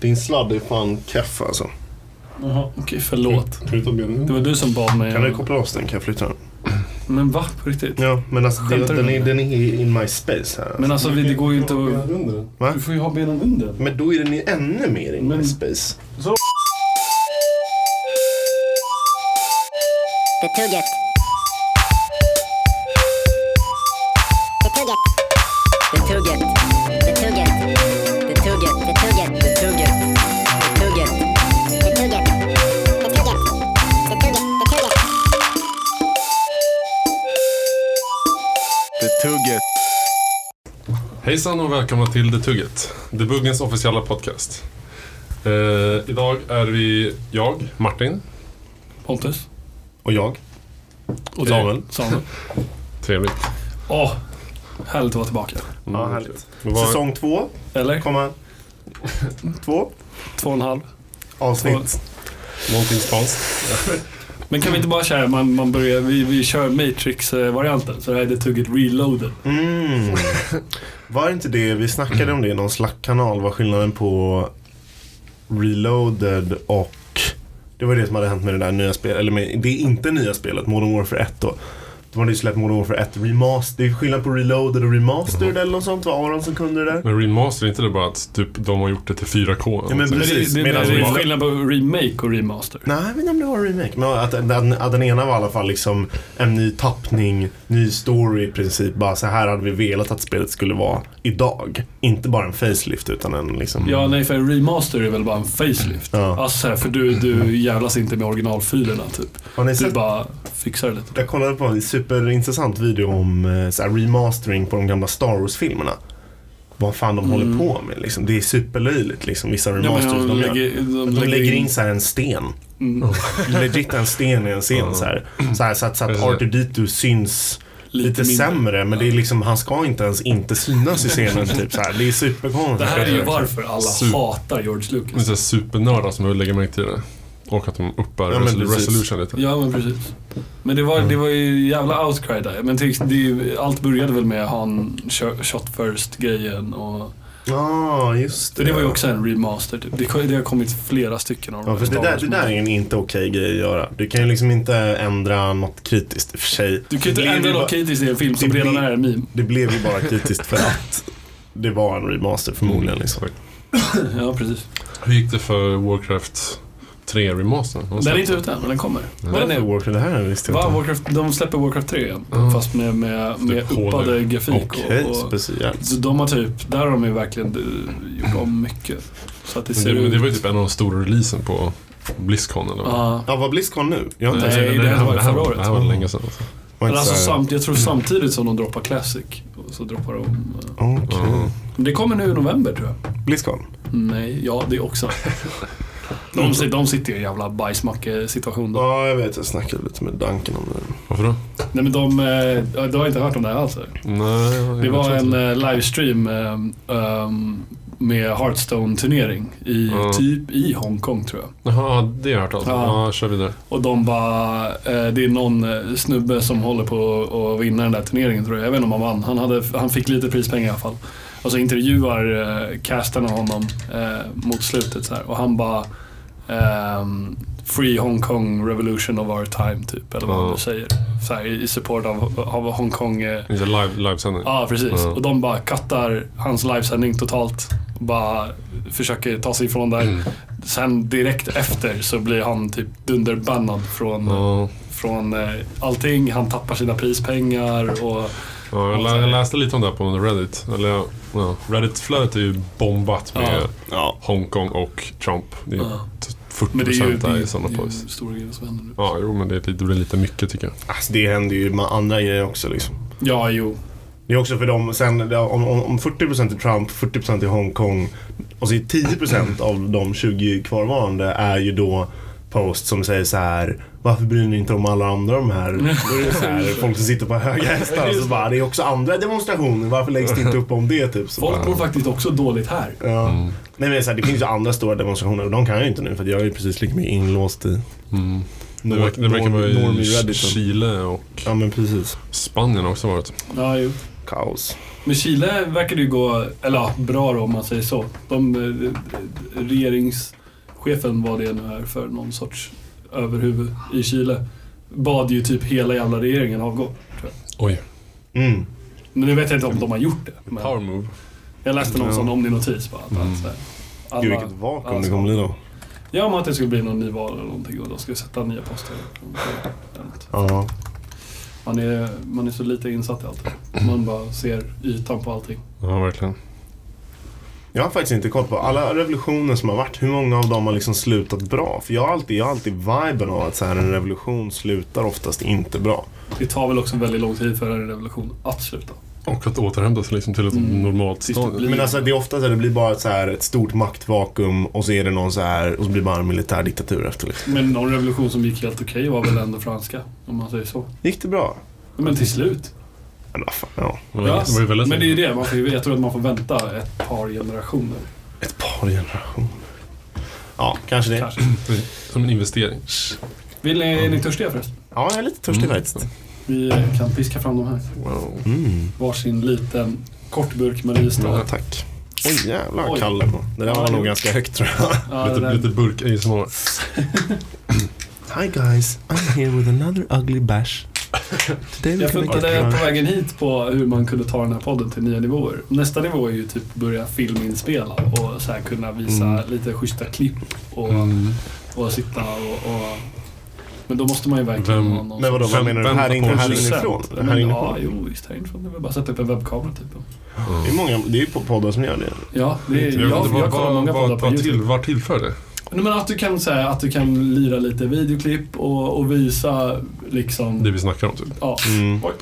Din sladd är fan keff alltså. Jaha, okej, förlåt. Kan du ta benen? Det var du som bad mig. Kan du koppla loss den? Kan jag flytta den? Men va? På riktigt? Ja, men alltså den, Skämtar du den, är, med mig? den är in my space här. Men Men, alltså vi- det går ju inte att... Va? Du får ju ha benen under den. men då är den ju ännu mer in my Men- space. The Tugget. The Tugget. The Tugget. The Tugget. The Tugget. The Tugget. The Tugget. The Tugget. The Tugget. The Tugget. The Tugget. The Tugget. Det tugget. Hejsan och välkomna till Det Tugget, Debuggens officiella podcast. Eh, idag är vi jag, Martin. Pontus. Och jag? Och Samuel. Du, Samuel. Trevligt. Mm, Åh, härligt att vara tillbaka. Ja, härligt. Men vad- Säsong två, Eller? komma två, Två och en halv. avsnitt. Någonting spanskt. Men kan vi inte bara köra, man, man börjar, vi, vi kör Matrix-varianten. Så det här är det tugget reloaded. Mm. Var inte det, vi snackade om det i någon slack-kanal, vad skillnaden på reloaded och det var det som hade hänt med det där nya spelet, eller med det inte nya spelet, Modern Warfare 1 då. De hade ju släppt Modern Warfare 1 Remaster, det är skillnad på reloaded och remastered eller något sånt, var Aron som kunde det där? Men remaster, är inte det bara att typ, de har gjort det till 4K? Ja, men Alltså, Men Precis, det, det, medan det är remake- skillnad på remake och remaster. Nej, men om det var en remake. Men att den, att den ena var i alla fall liksom en ny tappning, ny story i princip. Bara så här hade vi velat att spelet skulle vara idag. Inte bara en facelift utan en liksom... Ja, nej, för en remaster är väl bara en facelift. Ja. Alltså, så här, för du, du jävlas inte med originalfilerna, typ. Har ni Du sett? bara fixar det lite. Jag kollade på en superintressant video om eh, så här, remastering på de gamla Star Wars-filmerna. Vad fan de håller på med liksom. Det är superlöjligt liksom, vissa remasters Mm. de, de gör. lägger, de De lägger in så här en sten. Legit en sten i en scen så här. Så, här, så att, så att Arthur Dito syns lite, mindre. sämre. Men det är liksom, han ska inte ens inte synas i scenen. typ så här. Det är superkonstigt. Det här är ju varför alla Super. hatar George Det är Lucas. så här supernördar som jag lägger märke till det. Och att de uppar Ja, men resol- precis. resolution lite. Ja, men precis. Men det Mm. var, det var ju jävla outcry där. Men till, det, är ju- allt började väl med han kö- shot first-grejen. och- Ja, just För det. det var ju också en remaster. Typ. Det, kom- det har kommit flera stycken av de Ja, för här det, Star där, Wars- det där är en inte okej grej att göra. Du kan ju liksom inte ändra något kritiskt i och för sig. Du kan ju Det inte blev ändra ju bara- något kritiskt i en film som det redan blir- är en meme. Det blev ju bara kritiskt för att det var en remaster förmodligen. Liksom. Ja, precis. Mm, Hur gick det för Warcraft 3 remastern? Har du Den är sett inte ute än, men den kommer. Vad är Warcraft? Det här visste jag Va, inte. Warcraft, de släpper Warcraft 3 igen, Ja. fast med, med, med Typ HD. uppade grafik. Okej, och, och, speciellt. så de har typ, där har de ju verkligen eh, gjort om mycket. Så att det Men ser det, men ut... det var ju typ en av de stora releasen på Blizzcon eller vad? Ja. Ja, vad Blizzcon nu? Jag har inte Nej, ens- Alltså, det här var det här förra var, året. det här var länge sedan. Alltså. var Men inte alltså, så här- samt, jag tror samtidigt som de droppar Classic, så droppar de... eh, Okej. Ja. Men det kommer nu i november tror jag. Blizzcon? Nej, ja det också. De, sit- de sitter ju i en jävla bajsmacke-situation. då. Ja, jag vet. Jag snackade lite med Duncan om det. Varför då? Nej men de, eh, du har inte hört om det här alls? eller? Nej, jag Det vet var inte. en eh, livestream eh, ehm, med Hearthstone-turnering i, Ja. typ i Hongkong tror jag. Jaha, det har jag hört talas om. Ja. Ja, kör vidare. Och de bara, eh, det är någon eh, snubbe som håller på att vinna den där turneringen tror jag. Jag vet inte om han vann. Han, hade, han fick lite prispengar i alla fall. Och så intervjuar eh, castarna honom eh, mot slutet så här. Och han bara, ehm, Free Hong Kong revolution of our time typ. Eller vad han Ja. nu säger. Så här, I support av, av Hong Kong. Eh, Inte live, livesändning. Ja, precis. Ja. Och de bara cuttar hans livesändning totalt. Bara försöker ta sig ifrån Mm. där. Sen direkt efter så blir han typ dunderbannad från, Ja. från eh, allting. Han tappar sina prispengar och... Ja, jag, lä, jag läste lite om det här på Reddit. Eller, ja, ja. Reddit-flödet är ju bombat med Ja. Ja. Hongkong och Trump. Det är ju Ja. t- 40 Men det är ju, procent det är där ju, i sådana det är poys. ju stora grejer som händer nu. Ja, jo, men det, är lite- det blir lite mycket tycker jag. Alltså, det händer ju med andra grejer också. Liksom. Ja, jo. Det är också för dem, sen, det- om, om om 40% är Trump, 40% är Hongkong och så är 10% av de 20 kvarvarande är ju då post som säger så här varför bryr ni inte om alla andra de här? Då är det så här folk som sitter på höga hästar och så bara, det är också andra demonstrationer, varför läggs det inte upp om det? Typ, så Folk bara, mår faktiskt också dåligt här. ja. Mm. Nej men så här, det finns ju andra stora demonstrationer och de kan jag ju inte nu för att jag är ju precis lika mycket inlåst i Mm. Det, verkar- det verkar norm- vara norm i i Redditen. Chile och Ja men precis. Spanien har också varit. Ja, jo. kaos. Men Chile verkar det ju gå eller, ja, bra då, om man säger så. De, eh, regeringschefen, vad det nu är för någon sorts överhuvud i Chile, bad ju typ hela jävla regeringen avgå. Tror jag. Oj. Mm. Men nu vet jag inte om de har gjort det. Men Power move. jag läste någon Ja. sån om din notis bara. Att, Mm. att, så här, alla, Gud vilket vakuum alla det ska- kommer bli då. Ja, men att det skulle bli någon nyval eller någonting och de skulle sätta nya poster. Eller något. Ja. Man är, man är så lite insatt i allt. Man bara ser ytan på allting. Ja, verkligen. Jag har faktiskt inte koll på alla revolutioner som har varit. Hur många av dem har liksom slutat bra? För jag har alltid, jag har alltid viben av att så här, en revolution slutar oftast inte bra. Det tar väl också väldigt lång tid för en revolution att sluta. Och att återhämta sig liksom till ett Mm. normalt Tills det stånd. blir- Men alltså det är ofta så här, det blir bara ett, så här, ett stort maktvakuum och så är det någon så här, och så blir det bara en militär diktatur efter liksom. Men någon revolution som gick helt okej var väl ändå franska, om man säger så. Gick det bra? Men till slut. Men vad fan, ja. Det var- det var ju väldigt men det är ju det, man får, ju- jag tror att man får vänta ett par generationer. Ett par generationer. Ja, kanske det. Kanske. Som en investering. Vill ni, är ni törstiga förresten? Ja, jag är lite törstig Mm. faktiskt. Vi eh, kan piska fram de här. Wow. Mm. Varsin liten kortburk Ja, Mariestad. tack. Oj jävlar, Oj. Kalle. Det där Ja, var det- nog ganska högt tror jag. Ja, det lite, där- lite burk ASMR. Hi guys, I'm here with another ugly bash. Today Jag funderade på på... vägen hit på hur man kunde ta den här podden till nya nivåer. Nästa nivå är ju typ börja filminspela och så här kunna visa Mm. lite schyssta klipp och, Mm. och sitta och, och... Men då måste man ju verkligen Vem- ha någon Men vadå, Fem- vad menar du? vem Här, in, på här procent? inifrån? Men, Här ja, inifrån? jo, visst härifrån. Det är väl bara att sätta upp en webbkamera typ. Det är många, det är ju på- poddar som gör det. Ja, det är, jag, Jag, jag, vet inte, vad- kollar vad- många poddar vad- på vad till, YouTube. Vad tillför det? Nej, Men att du kan säga att du kan lira lite videoklipp och, och visa liksom... Det vi snackar om typ. Ja. Oj.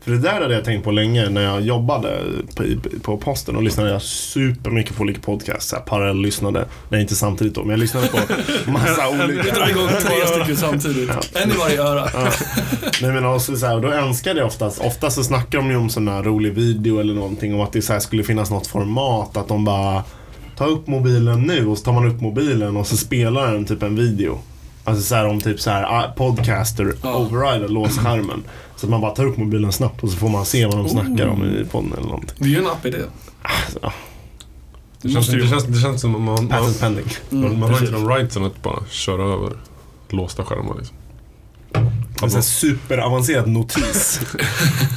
För det där hade jag tänkt på länge när jag jobbade på, på posten och lyssnade jag supermycket på olika podcasts. Så här, parallellyssnade. Nej, inte samtidigt då, men jag lyssnade på massa Vi olika. drar igång tre stycken samtidigt. En i varje öra. Nej men också så här, då önskade jag oftast, oftast så snackar de ju om sån här rolig video eller någonting om att det så här skulle finnas något format att de bara Ta upp mobilen nu och så tar man upp mobilen och så spelar den typ en video. Alltså så här om typ så här ah, podcaster Ja. overrider låsskärmen. Så att man bara tar upp mobilen snabbt och så får man se vad de snackar om i podden eller någonting. Det är ju en app-idé. Alltså, ja, Det känns, det känns, det känns som att man, man, patent pending. man, man har Mm. precis. inte de rightsen att bara köra över låsta skärmar liksom. En sån här superavancerad notis.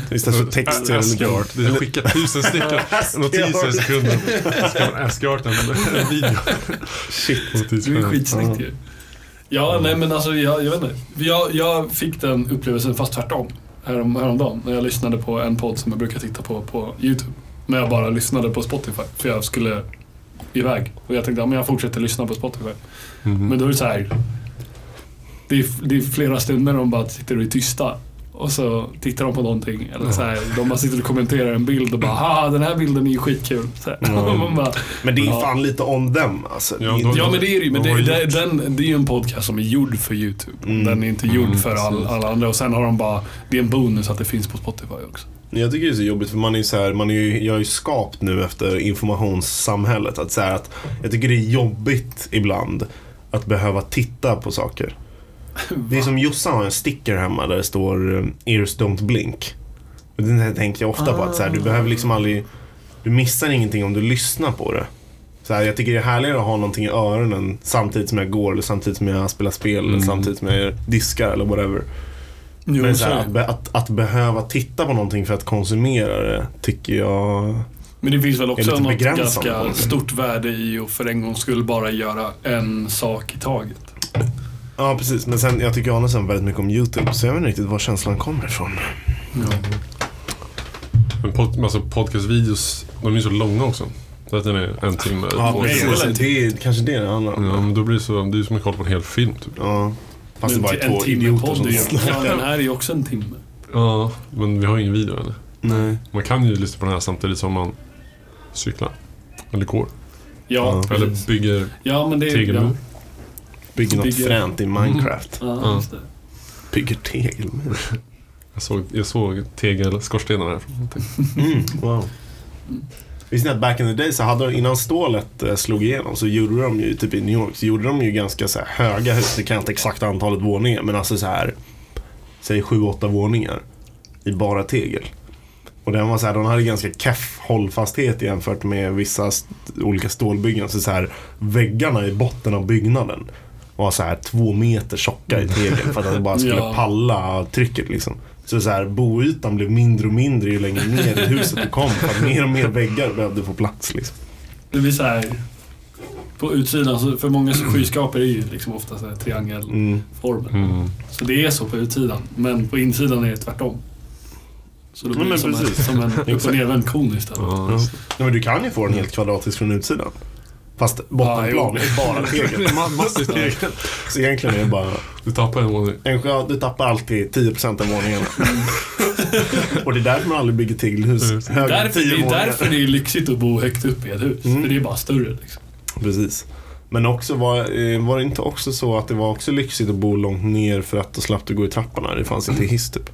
Visst, alltså text. Ä- Askart. Det skickar tusen stycken notiser i sekunden. Ska man Askart en en video? Shit. Det är ju Notisskärm. skitsnyggt ju. Mm. Ja, nej men alltså jag, jag vet inte. Jag, jag fick den upplevelsen fast tvärtom härom, häromdagen när jag lyssnade på en podd som jag brukar titta på på YouTube. När jag bara lyssnade på Spotify för jag skulle iväg. Och jag tänkte ja, men jag fortsätter lyssna på Spotify. Men Mhm. då är det så här. Det är, det är flera stunder de bara sitter och är tysta. Och så tittar de på någonting. Eller så här, de bara sitter och kommenterar en bild och bara haha den här bilden är ju skitkul. Så här. Och man bara, Men det är Ja. fan lite on them alltså. Det är Ja, inte- då- Ja men det är det ju. Men Vad det, har du det, gjort? den, det är ju en podcast som är gjord för YouTube. Mm. Den är inte gjord Mm, för all, precis. alla andra. Och sen har de bara, det är en bonus att det finns på Spotify också. Jag tycker det är så jobbigt för man är ju så här, man är ju, jag är ju skapt nu efter informationssamhället. Att så här, att jag tycker det är jobbigt ibland att behöva titta på saker. Det är som Jossan har en sticker hemma där det står eh, “Ears don't blink”. Och den här tänker jag ofta på att så här, du behöver liksom aldrig, du missar ingenting om du lyssnar på det. Så här, jag tycker det är härligare att ha någonting i öronen samtidigt som jag går eller samtidigt som jag spelar spel eller Mm. samtidigt som jag diskar eller whatever. Jo, Men så här, att, be- att, att behöva titta på någonting för att konsumera det tycker jag... men det finns väl är också lite något begränsande på ganska något sätt. stort värde i att för en gång skulle bara göra en sak i taget. Ja, precis. Men sen, jag tycker annars väldigt mycket om YouTube, så jag vet inte riktigt var känslan kommer ifrån. Men pod, alltså podcastvideos, de är ju så långa också. Så att den är en timme, två precis. timmar. Det är, det är kanske det det handlar om. Ja, men då blir det, så, det är ju som att kolla på en hel film typ. Ja. Fast det Men Alltså, bara är till två idioter timme-podd som är ju- Ja, snackar. den här är ju också en timme. Ja, men vi har ju ingen video eller? Nej. Man kan ju lyssna på den här samtidigt som man cyklar. Eller går. Ja, Ja. eller Eller bygger ja men det är ja. tegelmur. Bygger något Bygger- fränt i Minecraft. Ja, just det. Bygger tegelmur. Jag såg, jag såg tegelskorstenar här. Mm, wow. Mm. Visste ni att back in the day, så hade de, innan stålet eh, slog igenom, så gjorde de ju, typ i New York, så gjorde de ju ganska så här höga hus. Det kan jag inte exakt antalet våningar, men alltså så här, säg sju, åtta våningar i bara tegel. Och den var så här, de hade ganska keff hållfasthet jämfört med vissa st- olika stålbyggen. Så, så här, väggarna i botten av byggnaden var så här två meter tjocka i tegel för att den bara skulle Ja. palla trycket liksom. Så, så här, boytan blev mindre och mindre ju längre ner i huset du kom. För att mer och mer väggar behövde få plats liksom. Det blir så här, på utsidan, så för många skyskrapor är ju liksom ofta så här triangelformen. Mm. Mm. Så det är så på utsidan, men på insidan är det tvärtom. Så då blir Ja, det men som, en, precis. som en upp och Exakt. nervänd kon istället. Ja, Ja. just det. Nej, men du kan ju få den helt kvadratisk från utsidan. Fast bottenplan Ja, är bara tegel. Ma- Massivt tegel. Så egentligen är det bara... Du tappar en våning. En, ja, du tappar alltid 10% av våningarna. Mm. och det är därför man aldrig bygger tegelhus. Det Högre är än Mm. Därför, 10 det är våningar. därför det är lyxigt att bo högt upp i ett hus. Mm. För det är bara större. Liksom. Precis. Men också var, eh, var det inte också så att det var också lyxigt att bo långt ner för att då slapp du gå i trapporna. Det fanns inte hiss typ. Det Det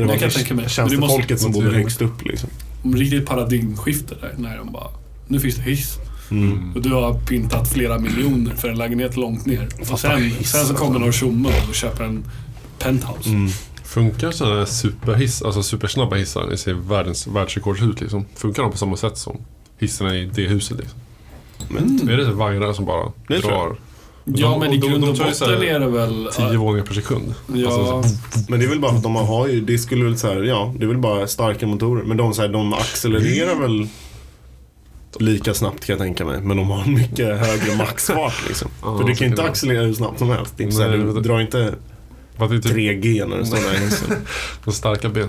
var kan jag kanske tänka mig. Men det tjänstefolket måste- som bodde måste- högst upp liksom. Riktigt paradigmskifte där när de bara, nu finns det hiss. Mm. Och du har pyntat flera miljoner för en lägenhet långt ner. Och sen, hiss, sen så kommer alltså. någon tjomme och köper en penthouse. Mm. Funkar sådana här superhiss, alltså supersnabba hissar, ni ser världens världsrekordshus liksom. Funkar de på samma sätt som hissarna i det huset liksom? Men, Är det så vagnar som bara Det tror jag. drar Ja, De- men i de- de grund och tar ju så här botten är det väl... tio våningar per sekund? Alltså, så- Ja, men det är väl bara för att de har ju, det skulle väl så här, ja, det är väl bara starka motorer. Men de, så här, de accelererar väl lika snabbt kan jag tänka mig. Men de har en mycket högre maxfart liksom. Ja, För du så kan ju inte kan det. accelerera hur snabbt som helst. Det är inte så här, Nej, du det- drar inte För att det är typ 3G när du står där. liksom. de starka ben.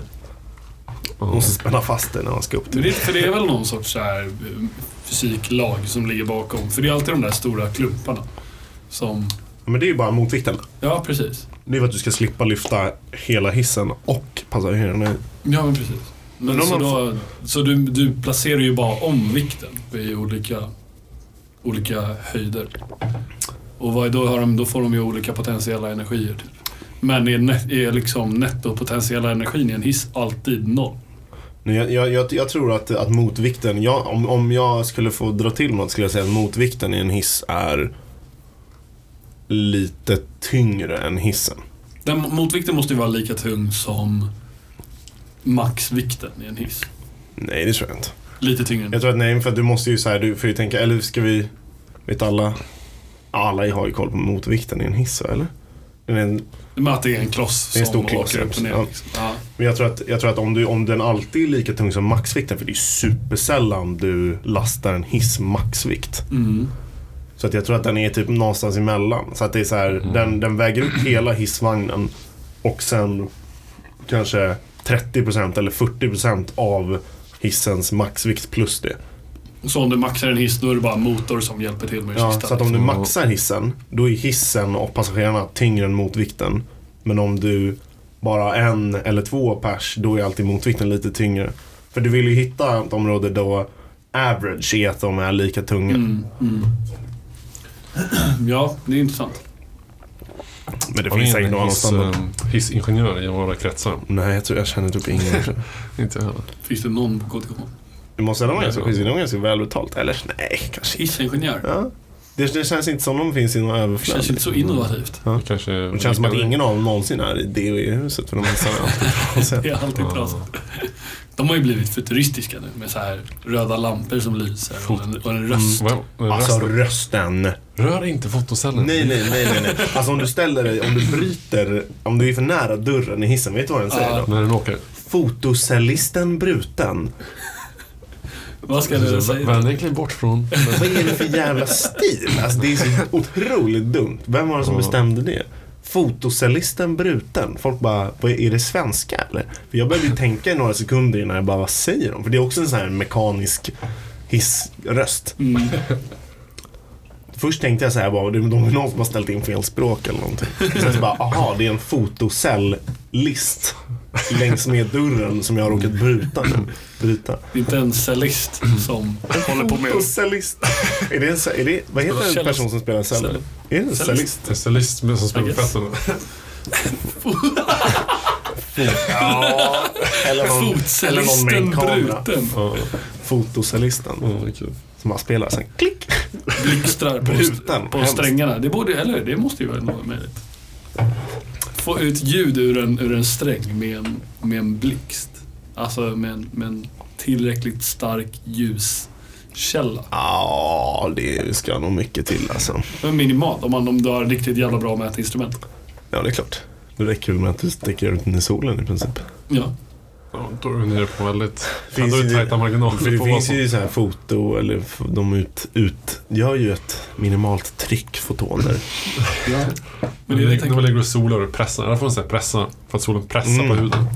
Ja. Du måste spänna fast dig när man ska upp Men till det, för det är väl någon sorts så här eh, fysiklag som ligger bakom. För det är alltid de där stora klumparna. Som... Men det är ju bara motvikten. Ja, precis. Det är för att du ska slippa lyfta hela hissen och passagerarna i. Ja, men precis. Men Men om så man då, så du, du placerar ju bara om vikten i olika, olika höjder. Och vad, då, har de, då får de ju olika potentiella energier. Typ. Men är, net, är liksom nettopotentiella energin i en hiss alltid noll? Nej, Jag, jag, jag, jag tror att, att motvikten, jag, om, om jag skulle få dra till något skulle jag säga att motvikten i en hiss är lite tyngre än hissen. Den motvikten måste ju vara lika tung som maxvikten i en hiss. Nej, det tror jag inte. Lite tyngre. än- Jag tror att nej, för att du måste ju så här, du får ju tänka, eller ska vi, vet alla, Ja, alla har ju koll på motvikten i en hiss va, eller? Den är en Men att det är en kloss Det är en som stor kloss, åker upp och ner. ja. Liksom. Ja. Men jag tror att, jag tror att om, du, om den alltid är lika tung som maxvikten, för det är supersällan du lastar en hiss maxvikt. Mm. Så att jag tror att den är typ någonstans emellan. Så att det är så här, den, den väger upp hela hissvagnen och sen kanske 30% eller 40% av hissens maxvikt plus det. Så om du maxar en hiss, då är det bara motor som hjälper till med det Ja, sista. så att om du Mm. maxar hissen, då är hissen och passagerarna tyngre än motvikten. Men om du bara en eller två pers, då är alltid motvikten lite tyngre. För du vill ju hitta ett område då average är att de är lika tunga. Mm, mm. Ja, det är intressant. Men det Har ni finns säkert en någon hiss, annanstans. eh, hissingenjör i våra kretsar? Nej, jag tror jag känner typ ingen. Inte jag heller. Finns det någon på KTH? Du måste ändå vara Nej, ganska så. schysst, det är nog ganska välbetalt. Eller nej, kanske inte. Hissingenjör? Ja. Det, det känns inte som de finns i någon Det känns överflöd. inte så innovativt. Ja. Det kanske... Det känns som att ingen av dem någonsin är i DOE-huset för de missar allt. Det är alltid trasigt. De har ju blivit futuristiska nu med så här röda lampor som lyser och en, och Mm. en röst. Well, eh, Alltså rösten. rösten. Rör inte fotocellen. Nej, nej, nej, nej, nej. Alltså om du ställer dig, om du bryter, om du är för nära dörren i hissen, vet du vad den säger Ja. då? När den åker. Fotocellisten bruten. Vad ska Mm. Så du v- säga? Vänd egentligen bort från... Vad är det för jävla stil? Alltså det är så otroligt dumt. Vem var det som Ja. bestämde det? Fotocellisten bruten. Folk bara, vad är det svenska eller? För jag började ju tänka i några sekunder innan jag bara, vad säger de? För det är också en sån här mekanisk hissröst. Mm. Först tänkte jag så här, bara, det är någon som har ställt in fel språk eller någonting. Sen så bara, aha, det är en fotocellist längs med dörren som jag har råkat bryta nu. Bryta. Det är inte en cellist som Mm. håller på med... Fotocellist. Är det en, ce- är det, vad heter en Cellist. person som spelar celler? Är det en Cellist. cellist? En cellist med- som spelar på I guess. fötterna. Ja, eller någon, eller någon med Fotcellisten en kamera. bruten. Ja, Fotocellisten ja, det är kul. som bara spelar sen. Klick! blixtrar på, Bruten. på Hemskt. strängarna. Det, borde, eller, det måste ju vara något möjligt. Få ut ljud ur en, ur en sträng med en, med en blixt. Alltså med en, med en tillräckligt stark ljuskälla. Ja, det ska nog mycket till alltså. Men minimalt, om man om du har riktigt jävla bra mätinstrument. Ja, det är klart. Det räcker väl med att du sticker ut den i solen i princip. Ja. Ja, då är vi nere på väldigt... Finns ändå ju det- tajta marginaler. För det på alltså. finns vad ju så här foto, eller f- de ut, ut, gör ju ett minimalt tryck, fotoner. ja. Men Men det det är det jag ligger, tänker. de ligger och solar och pressar. Där får man säga pressa. För att solen pressar på Mm. huden.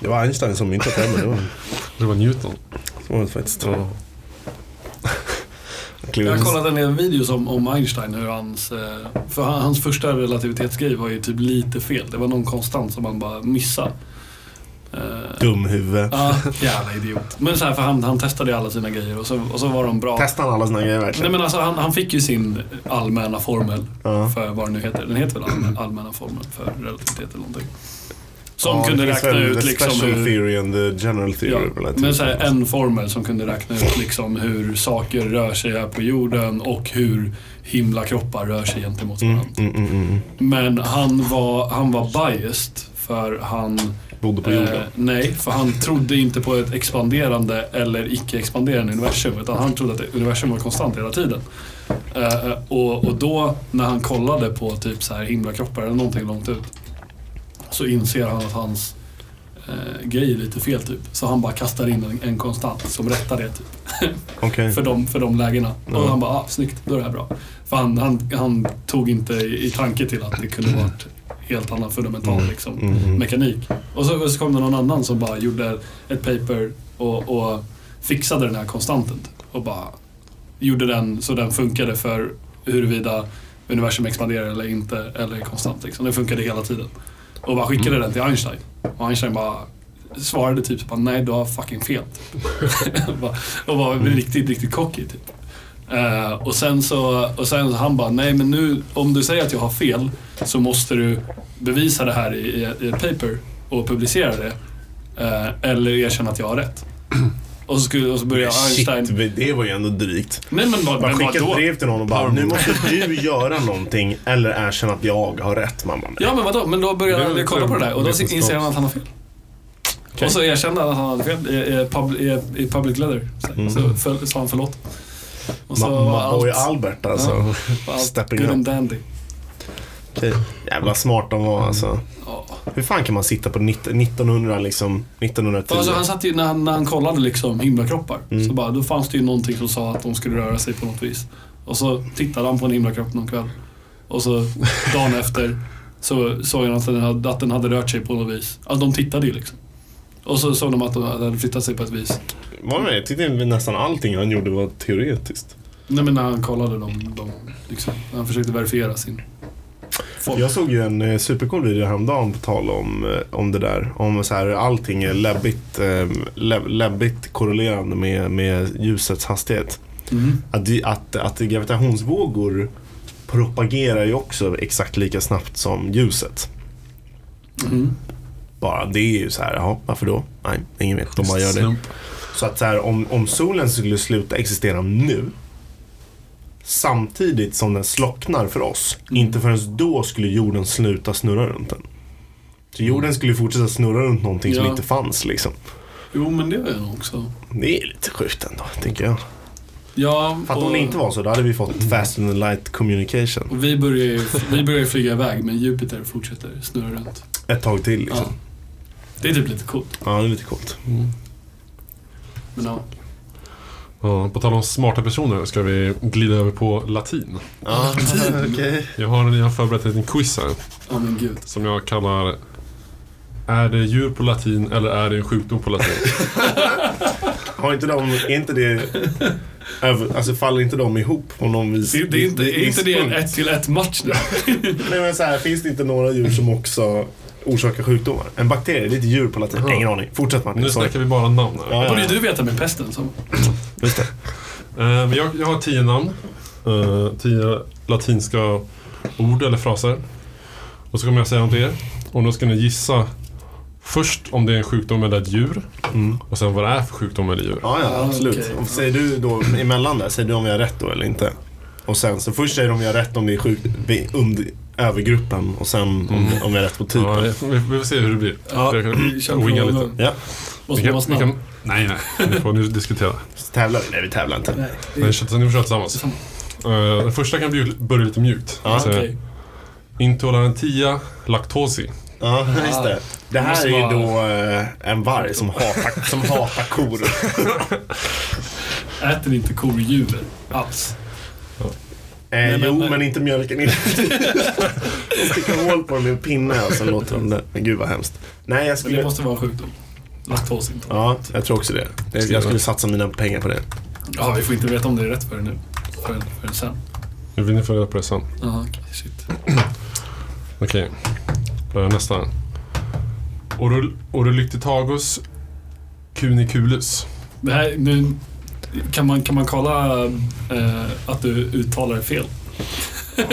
Det var Einstein som myntade termen, det var Det var Newton. det var det faktiskt. Jag Klurigt. kollade en del videos om, om Einstein, hur hans, eh, för han- hans första relativitetsgrej var ju typ lite fel. Det var någon konstant som man bara missade. Eh, Dumhuvud. Ja, jävla idiot. Men så här, för han, han testade ju alla sina grejer och så, och så var de bra. Testar han alla såna grejer Nej verkligen? men alltså han, han fick ju sin allmänna formel Ja. för vad den nu heter. Den heter väl allmän, allmänna formeln för relativitet eller någonting. Som Ja, det kunde finns räkna väl ut the liksom Special hur... theory and the general Ja, theory. Ja, men så här, en formel som kunde räkna ut liksom hur saker rör sig här på jorden och hur himlakroppar rör sig gentemot Mm, varandra. mm, mm, mm. Men han var, han var biased för han... Bodde på Eh, jorden. nej, för han trodde inte på ett expanderande eller icke-expanderande universum. Utan han trodde att det- universum var konstant hela tiden. Eh, eh, och, och då när han kollade på typ så här himlakroppar eller någonting långt ut. Så inser han att hans eh, grej är lite fel typ. Så han bara kastar in en, en konstant som rättar det typ, Okej. för, de, för de lägena. Ja. Och han bara, ah, snyggt, då är det här bra. För han, han, han tog inte i, i tanke till att det kunde varit helt annan fundamental liksom, Mm, mm. mekanik. Och så, och så kom det någon annan som bara gjorde ett paper och, och fixade den här konstanten. typ. Och bara gjorde den så den funkade för huruvida universum expanderar eller inte, eller är konstant. Liksom. Den funkade hela tiden. Och bara skickade den till Einstein. Och Einstein bara svarade typ så bara, nej du har fucking fel. Typ. Bara- och var riktigt, riktigt cocky typ. Eh, och sen så, och sen så han bara, nej men nu om du säger att jag har fel så måste du bevisa det här i, i, i ett paper och publicera det. Eh, eller erkänna att jag har rätt. Och så, skulle, och så började Einstein... Shit, det var ju ändå drygt. Nej men vad, Man men skickar ett vadå? brev till någon och bara Power Nu move. måste du göra någonting eller erkänna att jag har rätt. Man bara, Ja men vadå? Men då började Det är han väl kolla på det där och då vetenskap. inser han att han har fel. Okej. Och så erkände han att han hade fel i, i, pub, i, i public leather. Så, Mm. så föl, sa han förlåt. Och så Ma- var ma- Boy alltså, allt, Albert alltså. var allt Stepping good and up. dandy. Jävla smart de var alltså. Ja. Hur fan kan man sitta på 19- 1900 liksom, 1910? Alltså, han satt ju, när han, när han kollade liksom himlakroppar, Mm. så bara, då fanns det ju någonting som sa att de skulle röra sig på något vis. Och så tittade han på en himlakropp någon kväll. Och så dagen efter så såg han att den hade, att den hade rört sig på något vis. Alltså de tittade ju liksom. Och så såg de att den hade flyttat sig på ett vis. Var det? Jag tyckte nästan allting han gjorde var teoretiskt. Nej men när han kollade dem, de, liksom, när han försökte verifiera sin form. Jag såg ju en eh, supercool video häromdagen på tal om, eh, om det där. Om så här, allting är läbbigt, eh, läb- läbbigt korrelerande med, med ljusets hastighet. Mhm. Att, det- att, att gravitationsvågor propagerar ju också exakt lika snabbt som ljuset. Mhm. Bara det är ju så här, jaha, varför då? Nej, ingen vet. De bara gör det. Slump. Så att så här, om, om solen skulle sluta existera nu samtidigt som den slocknar för oss, Mm. inte förrän då skulle jorden sluta snurra runt den. Så jorden skulle fortsätta snurra runt någonting som Ja. inte fanns liksom. Jo men det var ju nog också. Det är lite sjukt ändå, tänker jag. Ja, För att om det inte var så, då hade vi fått Mm. fast and light communication och vi börjar ju vi börjar ju flyga iväg men Jupiter fortsätter snurra runt. ett tag till liksom. Ja. Det är typ lite coolt. Ja, det är lite coolt. Mm. Men ja. Ja, på tal om smarta personer ska vi glida över på latin. Ja, okej. Jag har redan förberett en liten quiz här Ja men gud. som jag kallar Är det djur på latin eller är det en sjukdom på latin? Har inte de, är inte det, över- alltså faller inte de ihop på någon vis? Det, det är inte, är inte det en Vispunkt? ett till ett match nu? Nej men så här, finns det inte några djur som också orsakar sjukdomar? En bakterie, det är ett djur på latin. Jaha. Ingen aning. Fortsätt Martin. Nu Sorry. snackar vi bara namn här. Ja, ja. Borde ju du veta med pesten som... Just det. Eh, men jag, jag har tio namn. Eh, tio latinska ord eller fraser. Och så kommer jag säga dem till er. Och då ska ni gissa först om det är en sjukdom eller ett djur. Mm. Och sen vad det är för sjukdom eller djur. Ja, ja, Ja, absolut. okej. Och Säger du då emellan där, säger du om vi har rätt då eller inte? Och sen, så först säger de om vi har rätt om vi är sjuk, vi, under, övergruppen Mm. och sen om, om vi har rätt på typ. typen. Ja, vi, vi får se hur det blir. Ja, jag vi kör på kan winga lite. omgång. Ja. Måste Ni man kan, vara ni snabb? kan, nej, nej. Nu får ni diskutera. Så tävlar vi? Nej, vi tävlar inte. Nej. det är- Men, så ni får köra tillsammans. Eh, den första kan bli, börja lite mjukt. Ja, Så, Okej. Intolerantia lactosi. Ja, just det. Det här Måste är ju vara- då eh, en varg som hatar, som hatar kor. Äter inte kor djur alls. Eh, men- jo, men- men, inte mjölken. in. Sticka hål på den med en pinne och sen låter de det. Men gud vad hemskt. Nej, jag Men det skulle... måste vara en sjukdom. Laktosintolerans. Ja, jag tror också det. Jag- Jag skulle satsa mina pengar på det. Ja, vi får inte veta om det är rätt för nu. Förrän, förrän sen. Nu vill ni få reda på det sen. Ja, okej, shit. Okej, börja nästa. Orol- Orolyctitagus cuniculus. Det här, nu, kan, man, kan man kolla eh, att du uttalar det fel?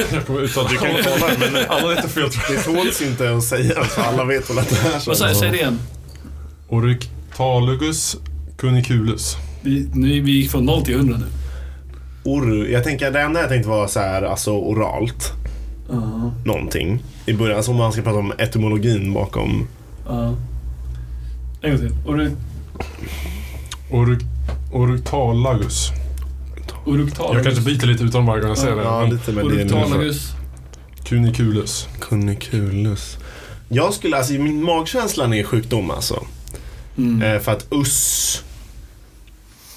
Jag kommer uttala Du kan kolla, men alla är inte fel tror det tåls inte att säga för alla vet väl att det är så. Vad säger säg det igen. jag. Oryctalugus cuniculus. Vi, nu, vi gick från 0 till 100 nu. Or, jag tänker, det enda jag tänkte var så här, alltså oralt. Ja. Någonting. I början, alltså om man ska prata om etymologin bakom. ja. En gång till. Oru- Oryk- Oryctalagus. Oruktalagus. Jag kanske byter lite utan varje gång jag säger det. Ja, men lite med det nu. Oruktalagus. Cuniculus. Kunikulus. Jag skulle, alltså min magkänslan är sjukdom alltså. Mm. Eh, för att uss...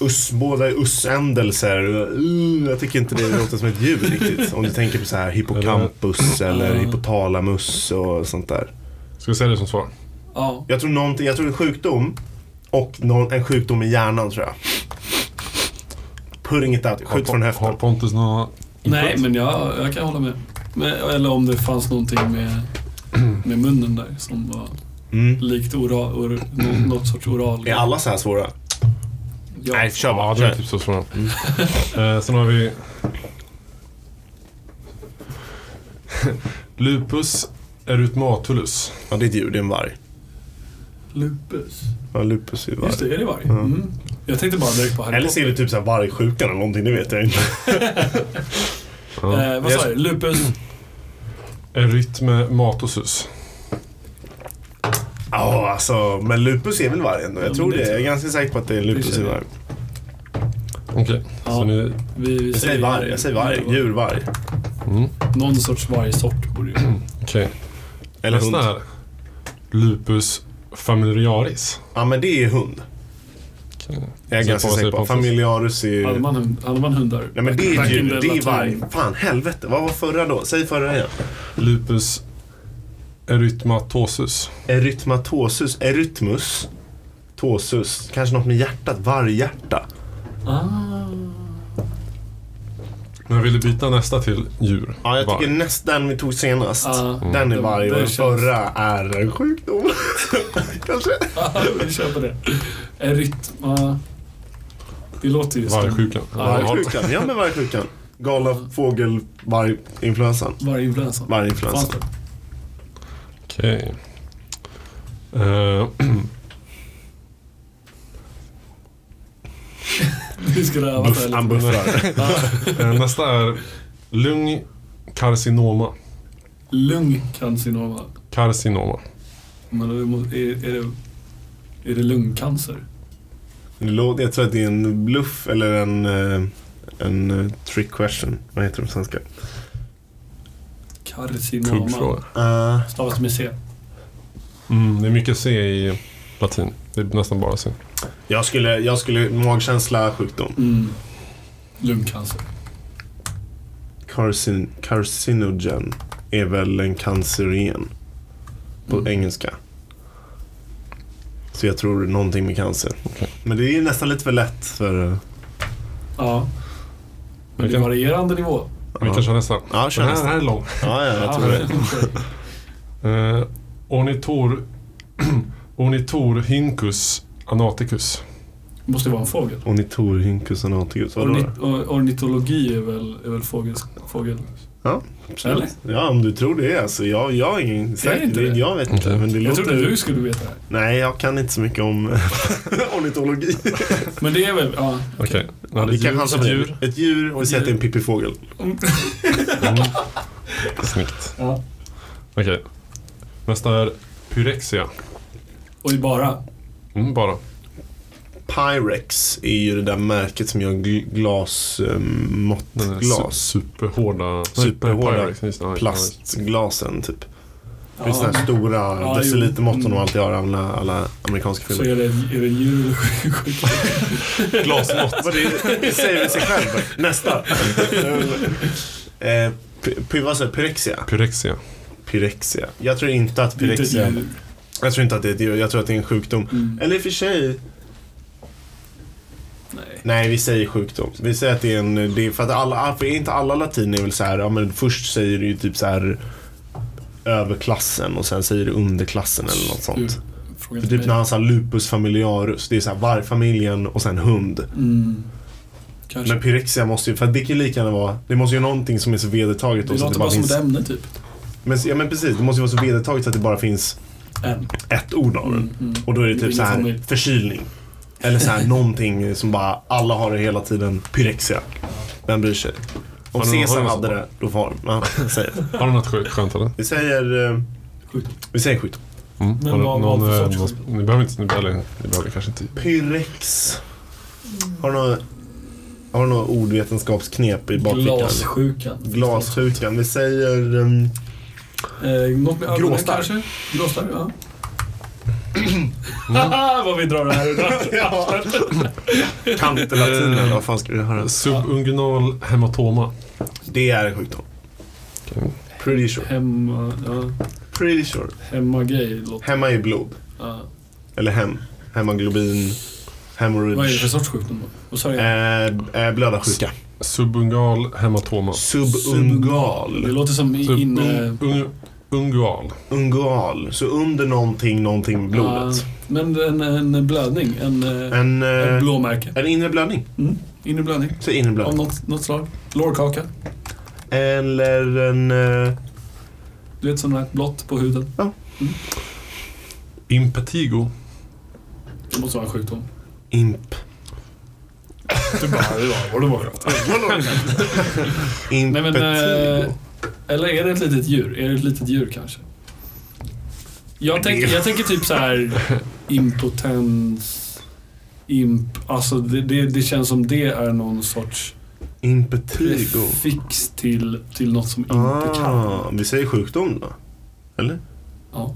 Uss, båda är ussändelser. Uh, jag tycker inte det låter som ett djur riktigt. Om du tänker på så här hippocampus eller Ja. hypotalamus och sånt där. Ska jag säga det som svar? Ja. Jag tror någonting, jag tror det är sjukdom och någon, en sjukdom i hjärnan tror jag. Putting it out, skjut från Har höften. Pontus några Nej, input? men jag, jag kan hålla med. Men, eller om det fanns någonting med, med munnen där som var Mm. likt oral, or, nå- något sorts oral. Är alla så här svåra? Ja. Nej, kör Ja, bara. Mm. det är Kör. typ så svåra. Eh, sen har vi... Lupus erytmatulus. Ja, det är ett djur, det är en varg. Lupus. Ja, lupus är varg. Just det, är det varg? Mm. Jag tänkte bara direkt på Harry Eller så är det typ så här vargsjukan eller någonting, det vet jag inte. Ja. Eh, vad sa du? Lupus? Erytmematosus. Ja, alltså, men lupus är väl vargen då? Ja, Jag tror men det. det Jag tror är ganska säker på att det är Det lupus i känner jag. varg. Okej, Ja. så ni... Vi, vi Jag säger varg, jag säger varg. Djurvarg. Mm. Någon sorts vargsort borde ju Mm. Okej. Eller Nästa hund. här. Lupus familiaris. Ja, men det är hund. Jag är Säg ganska på, säker säg på. på. Familiarus är Hade ju... man, hund- hade man hundar? Nej men det är Back in djur, the det är latin. varg. Fan helvete, vad var förra då? Säg förra igen. Lupus erytmatosus. Erytmatosus, erytmus, tosus. Kanske något med hjärtat, varghjärta. Ah. Men jag ville byta nästa till djur. Ja, jag tycker Var. näst den vi tog senast. Ja. Den är Den- varg och den den känns- förra är en sjukdom. Kanske. vi kör på det. Erytma... Det låter ju som... Vargsjukan. Vargsjukan, ja men vargsjukan. Galna fågel, varginfluensan. Varginfluensan. Fanns Varginfluensan. det? Okej. Eh, Vi skulle ha Buff, han varit buffrar. Ah, eh, nästa är lungcarcinoma. Lungcancinoma. Carcinoma. Men det må- är, är det... Är det lungcancer? Det låter- Jag tror att det är en bluff eller en, eh, en eh, trick question. Vad heter det på svenska? Carcinoma. Kuggfråga. Uh, Stavas med C. Mm, det är mycket C i latin. Det är nästan bara C. jag, skulle, jag skulle magkänsla sjukdom. Mm. Lungcancer. Carcin, carcinogen är väl en cancerogen på Mm. engelska. Så jag tror någonting med cancer. Okej. Men det är ju nästan lite för lätt för... eh, Ja. Men det är Vilken- varierande nivå. Ah, Vi kan köra nästa. Ja, kör den, här, den nästa. här är lång. Ja, ja, jag Ja, tror det. Uh, ornitor... Ornitorhynchus anaticus. måste ju vara en fågel. Ornitorhynchus anaticus. Vadå? Ornit or- ornitologi är väl, är väl fågel, fågel? Absolut. eller? Ja, om du tror det. Alltså, jag, jag är ingen säker. inte det. Det, jag vet inte. Okej. Men det Jag låter... trodde du skulle veta det. här. Nej, jag kan inte så mycket om ornitologi. Men det är väl... Ja. Okej. Ja, Okay. vi kan chansa på det. djur. Ett djur och vi säger att det är en pippifågel. Mm. Snyggt. ja. Okej. Nästa är pyrexia. Och i bara. Mm, bara. Pyrex är ju det där märket som gör gl- glas, eh, Den där måttglas. Superhårda... Superhårda Pyrex, just det, ja, Plastglasen typ. Det Ja. finns de här stora Ja, jo. Mm. decilitermåtten de alltid har i alla, alla amerikanska Så filmer. är det, är det djur eller sjuk- ja, Glasmått. Vad det, det säger sig själv. Nästa. eh, p- p- vad sa jag? Pyrexia? Pyrexia. Pyrexia. Jag tror inte att inte ett pyrexia... djur? Jag tror inte att det är ett djur. Jag tror att det är en sjukdom. Mm. Eller i och för sig. Nej. Nej, vi säger sjukdom. Vi säger att det är en... Det är för att alla, för inte alla latin är väl så här, ja men först säger du ju typ så här överklassen och sen säger du underklassen eller något sånt. Djur. Fråga För till typ när mig. han sa lupus familiarus, det är så här vargfamiljen och sen hund. Mm. Kanske. Men pyrexia måste ju, för att det kan ju lika gärna vara, det måste ju vara någonting som är så vedertaget då det så att det låter bara bara som finns. ett ämne typ. Men, ja men precis, det måste ju vara så vedertaget så att det bara finns En. ett ord av den. Mm, mm. Och då är det Det är typ så ingen här familj. förkylning. Eller så här någonting som bara, alla har det hela tiden, pyrexia. Vem bryr sig? Om Har du någon- har Caesar du någon hade sån? det, då var ja, säg. Har du något skönt, skönt eller? Vi säger, eh, Sjukdom. vi säger skit. Mm. Men Har du vad- någon, vad för eh, sorts någon- sjukdom? Ni behöver inte... Ni behöver, eller, ni behöver kanske inte... Pyrex. Har du något, har du något ordvetenskapsknep i bakfickan? Glassjukan. Glassjukan. Vi säger... ehm, Eh, något med ögonen Gråstarr. kanske? Gråstarr, ja. Mm. Haha, vad vi drar det här ur röven. ja. Kantelatinen, vad fan ska du höra? Subungual hematoma. Det är en sjukdom. Okej. Pretty sure. Hemma, ja. Pretty sure. Hemmagrej låter... Hemma i blod. Ja. Eller hem. Hemoglobin. Vad är det för Hemorrhage. sorts sjukdom då? Vad sa jag? Eh, eh, Blödarsjuka. Subungual hematoma. Det Subungal. låter som i- Subungual. inne... ungual. Ungal. Så under någonting, någonting med blodet. Ja, men en, en blödning. En, en, En, Ah. en eh, blåmärke. en inre blödning. Mm. Inre blödning. Så inre Av blödning. något, något slag. Lårkaka. Eller en... eh, Du vet, sånt där blått på huden. Impetigo. Det måste vara en sjukdom. imp. Du bara, det var, det var bra. Nej, men, eh, Impetigo. eller är det ett litet djur? Är det ett litet djur kanske? Jag, tänk, jag tänker typ så här impotens, imp, alltså det, det, det känns som det är någon sorts Impetigo. prefix till, till något som inte kan. Ah, vi säger sjukdom då? Eller? Ja.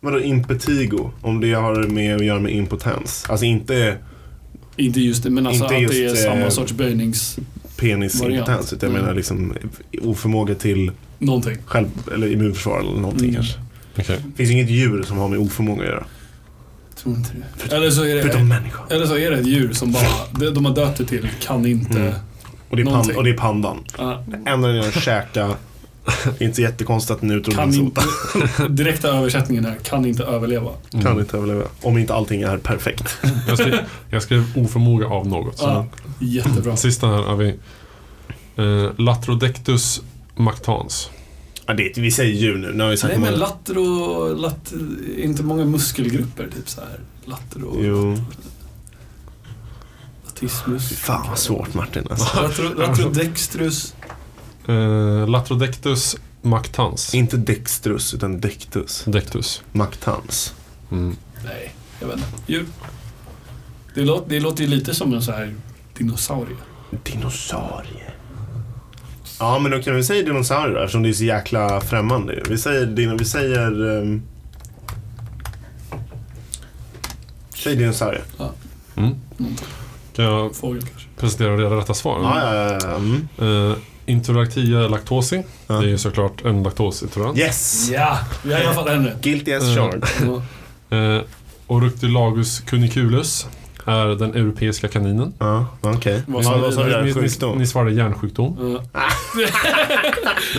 Vadå impetigo? Om det har med att göra med impotens? Alltså inte Inte just det, men alltså Inte att det är just, eh, samma sorts böjnings... Variant. penisimpotens utan jag Mm. menar liksom oförmåga till Någonting. själv, eller immunförsvar eller någonting Mm. kanske. Okej. Det finns inget djur som har med oförmåga att göra. Tror inte det. Eller så är det, Förutom människa. eller så är det ett djur som bara, de, de har döpt det till, kan inte... Mm. Och det är, pan- Någonting. och det är pandan. Ah, Ändå den att käka. Det är inte jättekonstigt att den kan inte... utrotningshotad. Direkta översättningen är, kan inte överleva. Kan inte överleva. Om inte allting är perfekt. Mm. Jag, skrev, jag skrev oförmåga av något. Ja, Så. jättebra. Sista här har vi eh, Latrodectus mactans. Ja, det, vi säger djur nu. Nu har vi sagt Nej många- men latter och... Lat, inte många muskelgrupper typ så här. Latter och... Jo. Fy Latismus. Fan vad svårt Martin alltså. Latro- Latrodextrus. Eh, Latrodectus mactans. Inte dextrus utan dectus. Dectus. Maktans. Mm. Nej, jag vet inte. Djur. Det, låter, det låter ju lite som en så här dinosaurie. Dinosaurie. Ja men då kan vi säga dinosaurie då eftersom det är så jäkla främmande ju. Vi säger dino, vi säger... Um... Säg dinosaurie. Mm. Kan jag Fågel kanske. presentera det rätta svaret? Ja, Ah, ja, ja, ja. Mm. Eh, Interlaktia lactosi. Ja. Det är ju såklart en laktosintolerant. Yes! Ja, vi har i alla fall en rätt. Guilty as Mm. charged. Ja. Eh, Oructilagus cuniculus är den europeiska kaninen. Ja, okej. Vad Ja, sa Vad sa du ni, där? ni, ni Sjukdom? svarade hjärnsjukdom. Ja,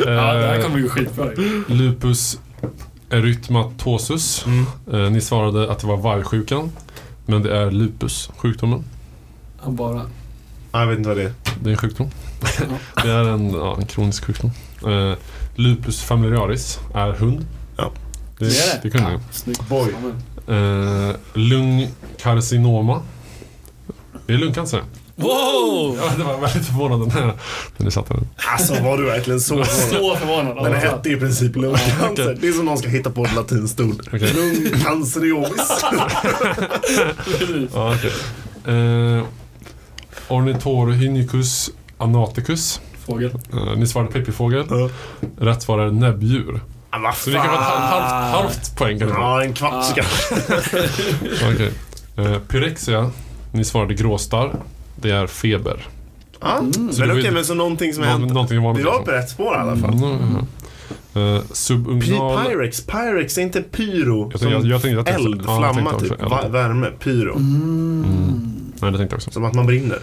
det här Eh, kommer ju skitbra ju. lupus erythematosus. Mm. Eh, ni svarade att det var vargsjukan. Men det är lupus, sjukdomen. Han bara... Ja, jag vet inte vad det är. Det är en sjukdom. det är en, ja, en kronisk sjukdom. Eh, lupus familiaris är hund. Ja. Det, Det är det. det kunde ni. Snyggt. Boy. Ja, men- Eh, lungcarcinoma. Det är lungcancer. Wow! Ja, det var väldigt förvånande när, när ni satte den. Alltså var du verkligen så förvånad? Så förvånad. Den Alltså. hette i princip lungcancer. Det är som någon ska hitta på ett latinskt ord. Okej. Lungcanceriomis. Ja, okej. Eh, Ornithorhynchus anaticus. Fågel. Eh, ni svarade pippifågel. Ja. Rätt svar är näbbdjur. Ah, vad Så det kan vara ett fan. halvt, halvt, halvt poäng. Kan det vara. Ja, en kvarts Ah. kanske. Okej. Eh, pyrexia. Ni svarade gråstarr. Det är feber. Ja, Mm. men Så det var okej, ju- men så någonting som har Nå- hänt. någonting vanligt. Vi var på liksom. rätt spår i alla fall. Mm, ja. Eh, Py- subungual... Pyrex, Pyrex är inte pyro. Jag som tänkte- jag- jag tänkte- jag tänkte- eld, ja, jag flamma tänkte typ. också eld. Va- Värme, pyro. Mm. Nej, det tänkte jag också. Som att man brinner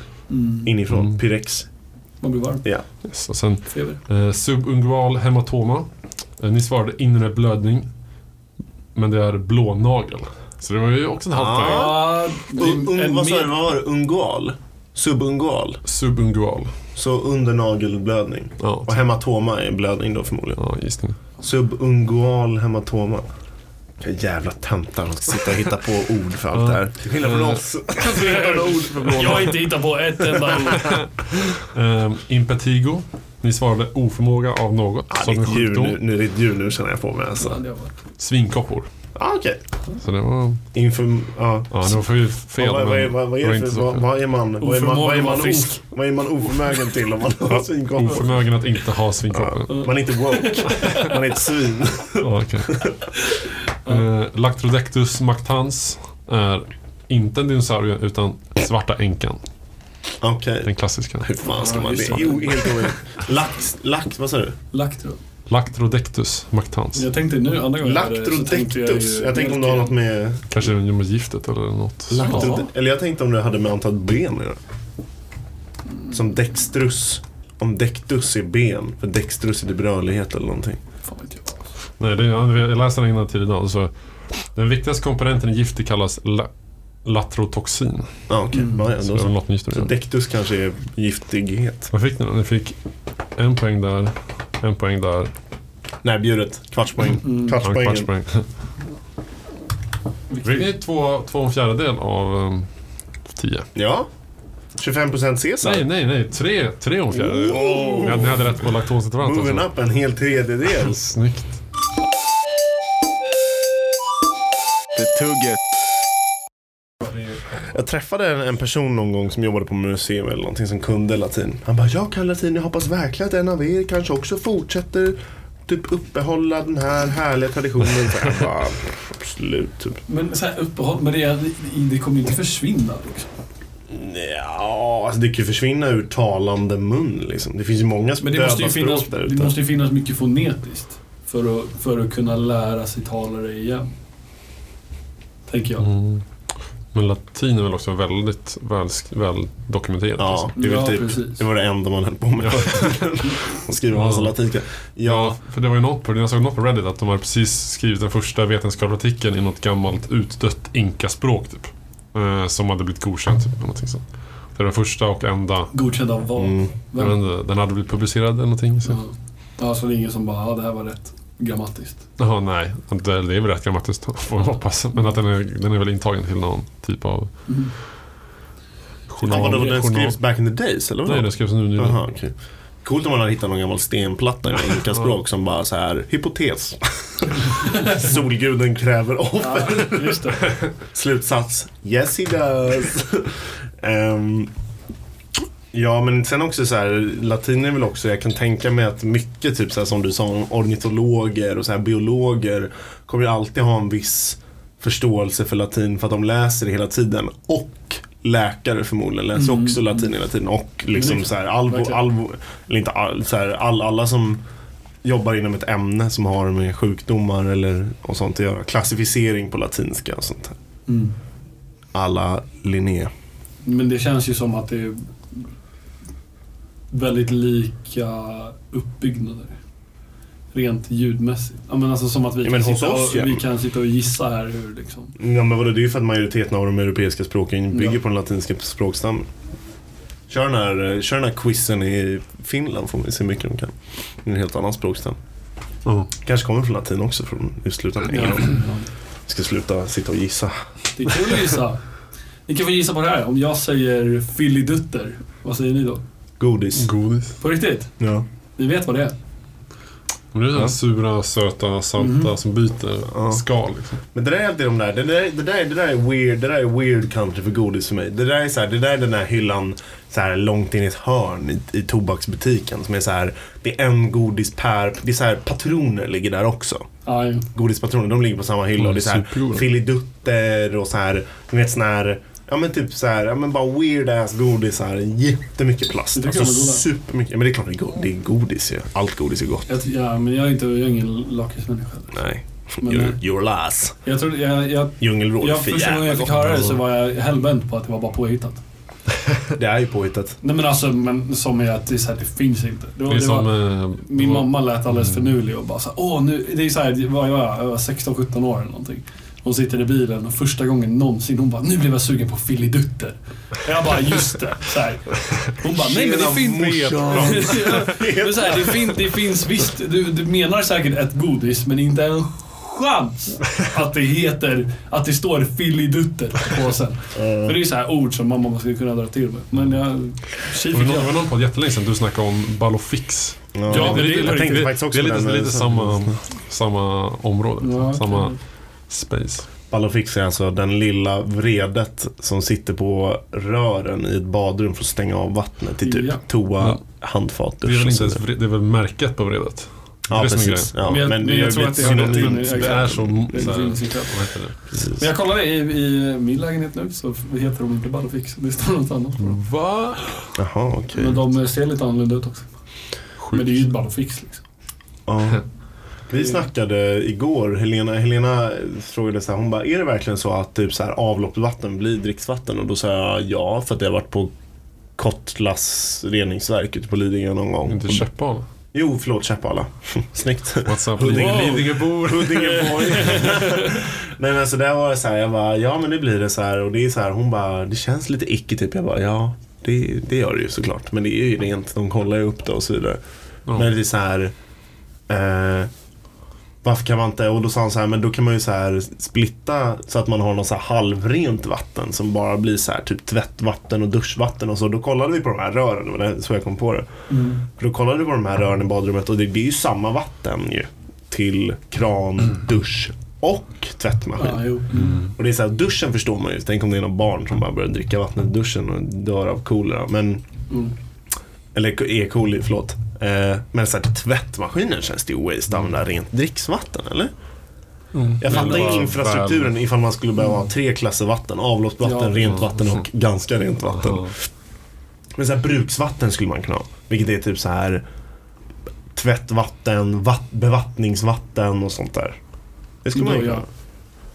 inifrån. Mm. Pyrex. Man blir varm. Ja. Yes. Och sen Feber. eh, subungual hematoma. Eh, ni svarade inre blödning. Men det är blånagel. Så det var ju också en halv Ah. poäng. Ja, det är Un, un, en vad sa du, mer... vad var det? Ungual? Subungual. Subungual. Så undernagelblödning. Ja, Och hematoma är blödning då förmodligen. ja gissning. Subungual hematoma. Vilka jävla töntar som ska sitta och hitta på ord för allt det här. Till skillnad Eh, från oss. Vi hittar några ord för Jag har blånagel. inte hittat på ett enda ord. Eh, impetigo. Ni svarade oförmåga av något Ja, det som är en ett Ah, djur sjukdom. nu, nu, det är ett djur nu känner jag på mig alltså. hade jag varit. Svinkoppor. Ah, okej. Så det var... Inför, ja. Ja, det var för fel. Vad- vad, vad, är- men vad, vad, är det var det inte för, så vad, fel. vad är man, vad är man, vad är Oförmågan man, att vara of, frisk. vad är man oförmögen till om man har svinkoppor? Oförmögen att inte ha svinkoppor. Man är inte woke, man är ett svin. Ja, okej. Eh, Lactrodectus mactans är inte en dinosaurie utan svarta änkan. Okej. Den klassiska. Hur fan ska Ja, man... Det just är det. ju helt omöjligt. Lax, lax, vad sa du? Lactro. Lactrodectus mactans. Jag tänkte nu, andra gången jag hade det, så tänkte jag Lactrodectus. ju- Jag tänkte om du har något med... Kanske det är med giftet eller något. Lactrode- Eller jag tänkte om du hade med antal ben att göra. Som dextrus. Om dextrus är ben, för dextrus är det rörlighet eller någonting. Fan vet jag. Nej, det, jag jag läste den innan tidigare idag. Så den viktigaste komponenten i giftet kallas la, latrotoxin. Ja, okej. Mm. Ja, ja, då Så det var så. något med giftet att Så göra. dextrus kanske är giftighet. Vad fick ni då? Ni fick en poäng där, en poäng där Nej, bjudet. Kvartspoäng. och en Kvartspoängen. kvarts poäng. Vilket är två, två och en fjärdedel av um, tio. Ja. 25 procent Caesar. Nej, nej, nej. Tre, tre och en fjärdedel. Ni hade- Ni hade rätt på laktosintolerant Moving också. alltså. up en hel tredjedel. Snyggt. Jag träffade en, en person någon gång som jobbade på museum eller någonting som kunde latin. Han bara, jag kan latin, jag hoppas verkligen att en av er kanske också fortsätter typ uppehålla den här härliga traditionen. Så jag bara, absolut. Typ. Men så här uppehåll, men det, är- det kommer ju inte försvinna. Liksom. Ja, alltså det kan ju försvinna ur talande mun liksom. Det finns ju många Men det måste, döva ju finnas, språk där det ute. måste ju finnas mycket fonetiskt för att, för att kunna lära sig tala det igen. Tänker jag. Mm. Men latin är väl också väldigt väl, väl dokumenterat. Ja, alltså. det, är väl Ja, typ, precis. det var det enda man höll på med. Och skriva massa Ja. latinska. Ja, Ja, för det var ju något på, jag såg något på Reddit att de hade precis skrivit den första vetenskapliga artikeln i något gammalt utdött inkaspråk typ. Eh, som hade blivit godkänt. Typ, eller någonting sånt. Det är den första och enda. Godkänd av vad? Mm. Jag Vem? vet inte, den hade blivit publicerad eller någonting. Så. Ja. Ja, så det är ingen som bara, ja det här var rätt grammatiskt. Jaha, nej. Det, det är väl rätt grammatiskt, får jag hoppas. Men att den är, den är väl intagen till någon typ av Mm. journal. ja vadå, den journal. skrevs back in the days eller? vadå? Nej, den skrevs nu nyligen. Aha, okej. Coolt om man hade hittat någon gammal stenplatta i inkaspråk som bara så här hypotes. Solguden kräver offer. Ja, just det. Slutsats, yes he does. Ehm, ja men sen också så här, latin är väl också, jag kan tänka mig att mycket typ så här, som du sa, ornitologer och så här, biologer kommer ju alltid ha en viss förståelse för latin för att de läser det hela tiden. Och läkare förmodligen läser också latin hela tiden. Och liksom så här, all, Mm. Verkligen. all, eller inte all, så här, all, alla som jobbar inom ett ämne som har med sjukdomar eller och sånt att göra. Klassificering på latinska och sånt här. Mm. Alla Linné. Men det känns ju som att det är väldigt lika uppbyggnader. Rent ljudmässigt. Ja, men alltså som att vi, Ja, men kan, hos sitta oss, ja. och, vi kan sitta och gissa här hur liksom. Ja men vadå, det är ju för att majoriteten av de europeiska språken bygger Ja. på den latinska språkstammen. Kör den, här, eh, kör den här quizen i Finland får vi se hur mycket de kan. Det är en helt annan språkstam. Ja. Kanske kommer från latin också från i slutändan. Ja. Vi ska sluta sitta och gissa. Det är kul att gissa. Ni kan få gissa på det här. Om jag säger filidutter, vad säger ni då? Godis. Godis. På riktigt? Ja. Ni vet vad det är? Men det är det här Ja. sura, söta, salta Mhm. som byter Ja. skal. Liksom. Men det där är alltid de där. Det där, det där, det där är weird. Det där är weird country för godis för mig. Det där är, så här, det där är den där hyllan så här, långt in i ett hörn i, i tobaksbutiken. Som är så här, det är en godis per... Det är så här, patroner ligger där också. Ja, jo. Godispatroner, de ligger på samma hylla. Mm, och det är så här, supergoda. filidutter och så här, ni vet sån här... Ja men typ så här, ja men bara weird ass godisar. Jättemycket Det plast. tycker Alltså jag är goda. supermycket. Ja, Men det är klart det är, go- det är godis ju. Allt godis är gott. jag, ja, men jag är, inte, jag är ingen lakritsmänniska. Nej. Men, You're, you're lass. Jag tror, jag, jag, Djungelvrål är jag, för första gången jävla jag fick gott. höra det alltså. så var jag hellbent på att det var bara påhittat. Det är ju påhittat. Nej men alltså, men, som är att det, är så här, det finns inte. Det var, Det är det var, som... eh, min det var- mamma lät alldeles Mm. finurlig och bara så här, åh nu, det är så här, det var jag, jag var 16-17 år eller någonting. Hon sitter i bilen och första gången någonsin hon bara, nu blev jag sugen på filidutter. Jag bara, just det. Så här. Hon bara, nej men det finns... Men så här, det, fin, det finns visst, du, du menar säkert ett godis, men inte en chans att det heter, att det står filidutter på påsen. För det är ju så här ord som mamma måste kunna dra till med. Men jag... Tji Det var fick någon- det var jag. någon podd jättelänge sedan du snackade om Ballofix. Ja, men det- lite- jag lite- tänkte faktiskt också det är på lite, den, eh, men lite sen- samma, samma område. Ja, samma okej. space. Ballofix är alltså den lilla vredet som sitter på rören i ett badrum för att stänga av vattnet till typ Ja. toa, Ja. handfat, Det är, väl och inte så ens, vidare. vred- det är väl märket på vredet? Ja, det är som är precis. Ja, Men jag- men men det har jag ju tror blivit att det har gått in synonymt. i- Det är så... Det så finns här, inte. vad heter det? Precis. Men jag kollade i, i min lägenhet nu så heter de inte Ballofix. Det står något annat på dem. Va? Jaha, okej. Men de ser lite annorlunda ut också. Men det är ju ett Ballofix liksom. Ja. Vi snackade igår, Helena, Helena frågade så här, hon bara, är det verkligen så att typ så här, avloppsvatten blir dricksvatten? Och då sa jag ja, för att det har varit på Kottlas reningsverk ute på Lidingö någon gång. Inte Och- Käppala? Jo, förlåt, Käppala. Snyggt. What's up? Huddinge- Lidingöbor. Huddingeboy. Nej men så där var det så här, jag bara, ja men det blir det så här och det är så här, hon bara, det känns lite icky typ. Jag bara, ja det, det gör det ju såklart. Men det är ju rent, de kollar ju upp det och så vidare. Ja. Men det är så här, eh, varför kan man inte, och då sa hon så här, men då kan man ju så här splitta så att man har någon så här halvrent vatten som bara blir så här typ tvättvatten och duschvatten och så. Då kollade vi på de här rören, det var det- så jag kom på det. För då kollade vi på de här rören i badrummet och det, det är ju samma vatten ju. Till kran, dusch och tvättmaskin. Mm. Ja, Ah, jo. Och det är så här, duschen förstår man ju. Tänk om det är någon barn som bara börjar dricka vattnet i duschen och dör av kolera. Men, Mm. eller E. coli, förlåt. Eh, men så här, till tvättmaskinen känns det ju waste att använda rent dricksvatten, eller? Mm. Jag Men fattar det ju var infrastrukturen ifall man skulle behöva ha tre klasser vatten. Avloppsvatten, Ja. rent vatten och ganska rent vatten. Ja. Men så här, bruksvatten skulle man kunna ha. Vilket är typ så här tvättvatten, vatt, bevattningsvatten och sånt där. Det skulle man ju Då, kunna ja. ha.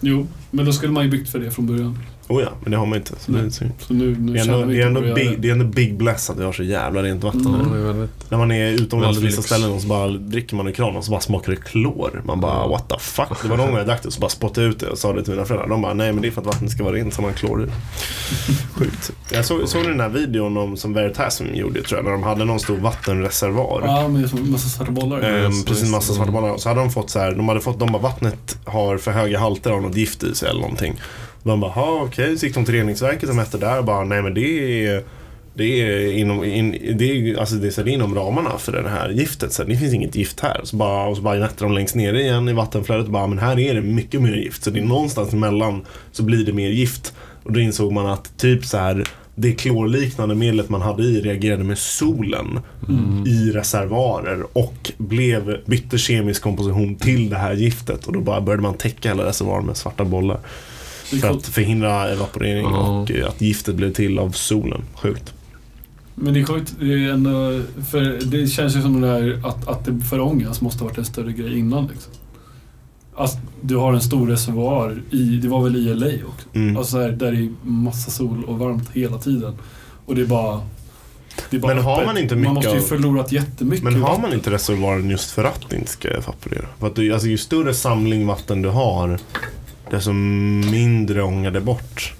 Jo, men då skulle man ju byggt för det från början. Oh ja, men det har man inte. Så det, är Nej. synd. Så nu, nu det, är ändå, känner vi det, är ändå inte att vi gör big, det. det är ändå big bless att vi har så jävla rent vatten. Ja, Mm. det är väldigt- När man är utomlands på vissa Väldigt lyx. ställen och så bara dricker man ur kranen och så bara smakar det klor. Man Mm. bara what the fuck. Det var någon gång jag drack det och så bara spottade jag ut det och sa det till mina föräldrar. De bara nej men det är för att vattnet ska vara rent som man har klor i. Sjukt. Jag såg, såg den här videon om, som Veritasm gjorde tror jag. När de hade någon stor vattenreservoar. Ja, men det är som en massa svarta bollar. Ehm, Yes, precis, yes. massa svarta bollar. Så hade de fått så här, de hade fått, de bara vattnet har för höga halter av något gift i sig eller någonting. De bara, ha okej, så gick de till reningsverket och mätte där och bara, nej men det är det är, inom, in, det, är, alltså det är, så här, det är inom ramarna för det här giftet. Så här, det finns inget gift här. Och så bara, och så bara mätte de längst ner igen i vattenflödet och bara, men här är det mycket mer gift. Så det är någonstans emellan så blir det mer gift. Och då insåg man att typ så här det klorliknande medlet man hade i reagerade med solen Mm. Mm. i reservoarer och blev, bytte kemisk komposition till det här giftet. Och då bara började man täcka hela reservoaren med svarta bollar. Det är För coolt. att förhindra evaporering Ja. och eh, att giftet blev till av solen. Sjukt. Men det är sjukt, det, är ändå, för det känns ju som det där att, att det för ångas måste ha varit en större grej innan. Liksom. Alltså, du har en stor reservoar, i, det var väl i LA också, Mm. alltså, där, där det är massa sol och varmt hela tiden. Och det är bara... Det är bara Men har öppet. man inte mycket Man måste ju av- förlorat jättemycket. Men har vatten. man inte reservoaren just för att det inte ska evaporera? För att du, alltså, ju större samling vatten du har, desto mindre ångar det bort.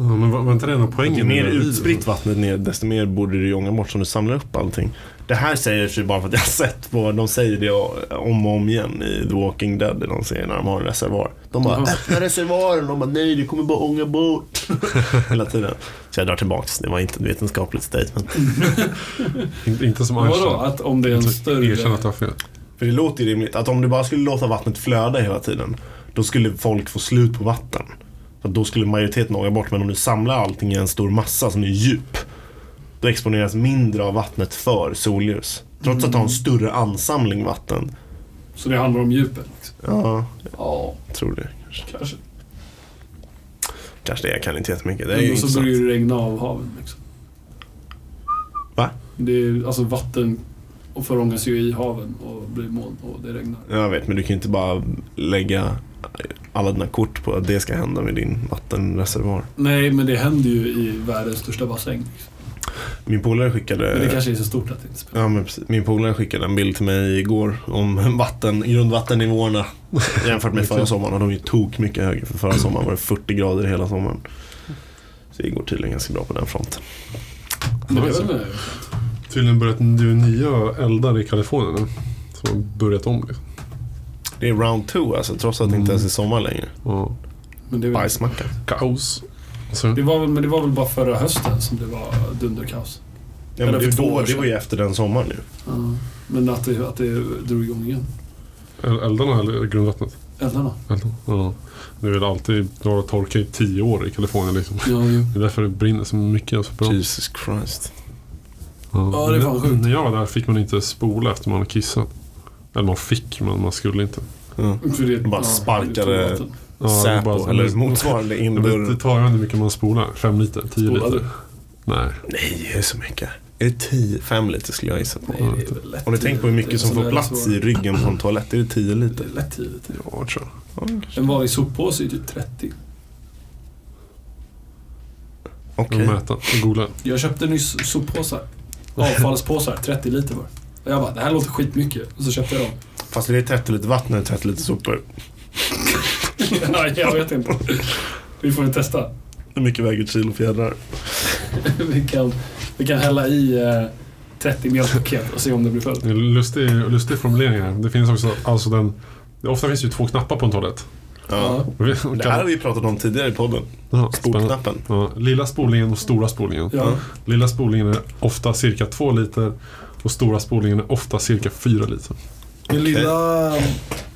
Ja, Men var var inte det en av Ju poängen? mer med- utspritt vattnet ner, desto mer borde du ju ånga bort som du samlar upp allting. Det här säger sig bara för att jag har sett på, de säger det om och om igen i The Walking Dead, i de serier när de har en reservoar. De bara Mhm. öppna reservoaren, de bara nej det kommer bara ånga bort. Hela tiden. Så jag drar tillbaks, det var inte ett vetenskapligt statement. Inte, inte som Vadå? Einstein. Att om det är en Erkänn större... att du har fel. För det låter ju rimligt. Att om du bara skulle låta vattnet flöda hela tiden, då skulle folk få slut på vatten. För att då skulle majoriteten åka bort. Men om du samlar allting i en stor massa som är djup, då exponeras mindre av vattnet för solljus. Trots att du har Mm. en större ansamling vatten. Så det handlar om djupet. liksom. Ja, Ja, jag tror det. Kanske, kanske. kanske det. Jag kan inte jättemycket. Det är ju Ändå så intressant. börjar det regna av haven. Liksom. Va? Det är, alltså vatten och förångas ju i haven och blir moln och det regnar. Jag vet, men du kan ju inte bara lägga alla dina kort på att det ska hända med din vattenreservoar. Nej, men det händer ju i världens största bassäng. Liksom. Min polare Men det skickade... kanske är så stort att det inte spelar Ja, men precis. Min polare skickade en bild till mig igår om vatten, grundvattennivåerna jämfört med förra sommaren. Och de är ju tok mycket högre. För förra sommaren var det 40 grader hela sommaren. Så det går tydligen ganska bra på den fronten. Men alltså. det är väl Tydligen börjat det är nya eldar i Kalifornien nu. Som har börjat om liksom. Det är round two alltså, trots att det inte ens är sommar längre. Ja. Men det, är väl, Bajsmacka. Kaos. Så. det var väl, men det var väl bara förra hösten som det var dunderkaos. Ja, men Eller det, för två då, år det var ju efter den sommaren nu. Ja. Men att det, att det drog igång igen. Eldarna eller grundvattnet? Eldarna. Eldarna. Ja. Det är väl alltid några torka i tio år i Kalifornien liksom. Ja, jo. Det är därför det brinner så mycket. alltså, och Så bra. Jesus Christ. Ja, det är fan sjukt. När jag var där fick man inte spola efter man hade kissat. Eller man fick, men man skulle inte. Ja. För det, Bara ja, sparkade- det är tog vatten. Ja, det är Säpo bara så- eller motsvarande Jag vet, indoor. det tar ju inte hur mycket man spolar. Fem liter? Tio Spolar liter? du? Nej. Nej, det är så mycket. Är det 10? 5 liter skulle jag gissa på. Nej, det är väl lätt Alltså, Om du tänker på hur Det är mycket som sådär får plats svårt. i ryggen på en toalett, är det 10 Det liter? är lätt tidigt. Ja, tror jag. Ja, kanske. En vanlig soppåse är typ 30. Okej. Jag får mäta. Jag googlar. Jag köpte nyss soppåsar. Avfallspåsar, 30 liter var Och jag bara, det här låter skitmycket. Och så köpte jag dem. Fast det är 30 liter vatten och 30 liter sopor. Nej, jag vet inte. Vi får ju testa. Hur mycket väger ett kilo fjädrar? Vi kan, vi kan hälla i eh, 30 mjölkpaket och se om det blir fullt. Det är en lustig, lustig formulering här. Det finns också, alltså den... Ofta finns det ju två knappar på en toalett. Ja. Det här har vi pratat om tidigare i podden. Ja, spännande. Spolknappen. Ja, lilla spolningen och stora spolningen. Ja. Lilla spolningen är ofta cirka två liter och stora spolningen är ofta cirka fyra liter. Den lilla mm,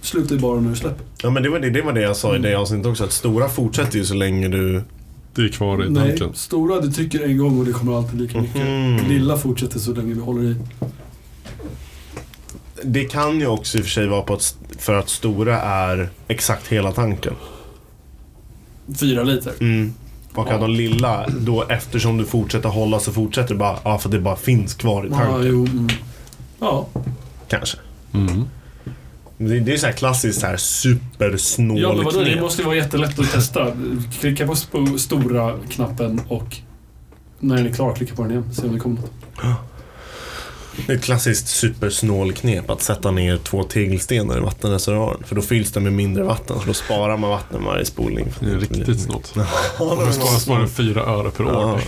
slutar ju bara när du släpper. Ja, men det var det, det var det jag sa i det avsnittet också. Att stora fortsätter ju så länge du... Det är kvar i Nej, tanken. stora du trycker en gång och det kommer alltid lika mycket. Mhm. Lilla fortsätter så länge vi håller i. Det kan ju också i och för sig vara på att, för att stora är exakt hela tanken. Fyra liter. Mm. Och att de lilla, då eftersom du fortsätter hålla så fortsätter det bara, ja för det bara finns kvar i Ja, tanken. jo. Mm. Ja, Kanske. Mm. Men Det, det är så här klassiskt så här supersnål Ja, men vadå? Det knep. måste ju vara jättelätt att testa. Klicka på sp- stora knappen och när den är klar, klicka på den igen. Se om det kommer något. Det är ett klassiskt supersnålknep att sätta ner två tegelstenar i vattenreservoaren. För då fylls den med mindre vatten, så då sparar man vatten varje spolning. Mm. Det är riktigt snålt. Ja, det Det var sparar snarare snålt. fyra öre per Ja. år.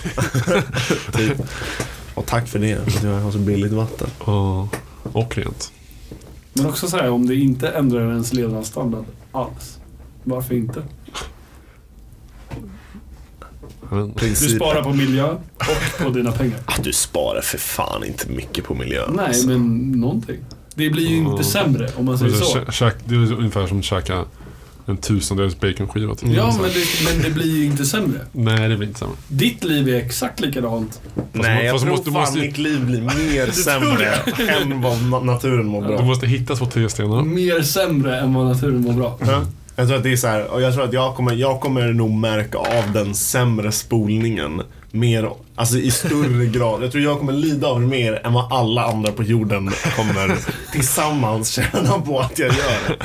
Typ. Och tack för det, för att jag har så billigt vatten. Ja. Och rent. Men också så här, om det inte ändrar ens levnadsstandard alls. Varför inte? Jag vet inte. Du Principen. sparar på miljö och på dina pengar. Ah, du sparar för fan inte mycket på miljön. Nej, alltså. men någonting. Det blir ju inte sämre om man säger Alltså, så. kä- käk- Det är ungefär som att käka en tusendels baconskiva. typ. Ja, Så men här. det, men det blir ju inte sämre. Nej, det blir inte samma. Ditt liv är exakt likadant. Nej, jag fast du tror måste- du fan måste ju- mitt liv blir mer sämre än vad na- naturen mår Du bra. måste hitta två tegelstenar. Mer sämre än vad naturen mår bra. Ja. Jag tror att det är så här, och jag tror att jag kommer, jag kommer nog märka av den sämre spolningen mer, alltså i större grad. Jag tror jag kommer lida av det mer än vad alla andra på jorden kommer tillsammans tjäna på att jag gör.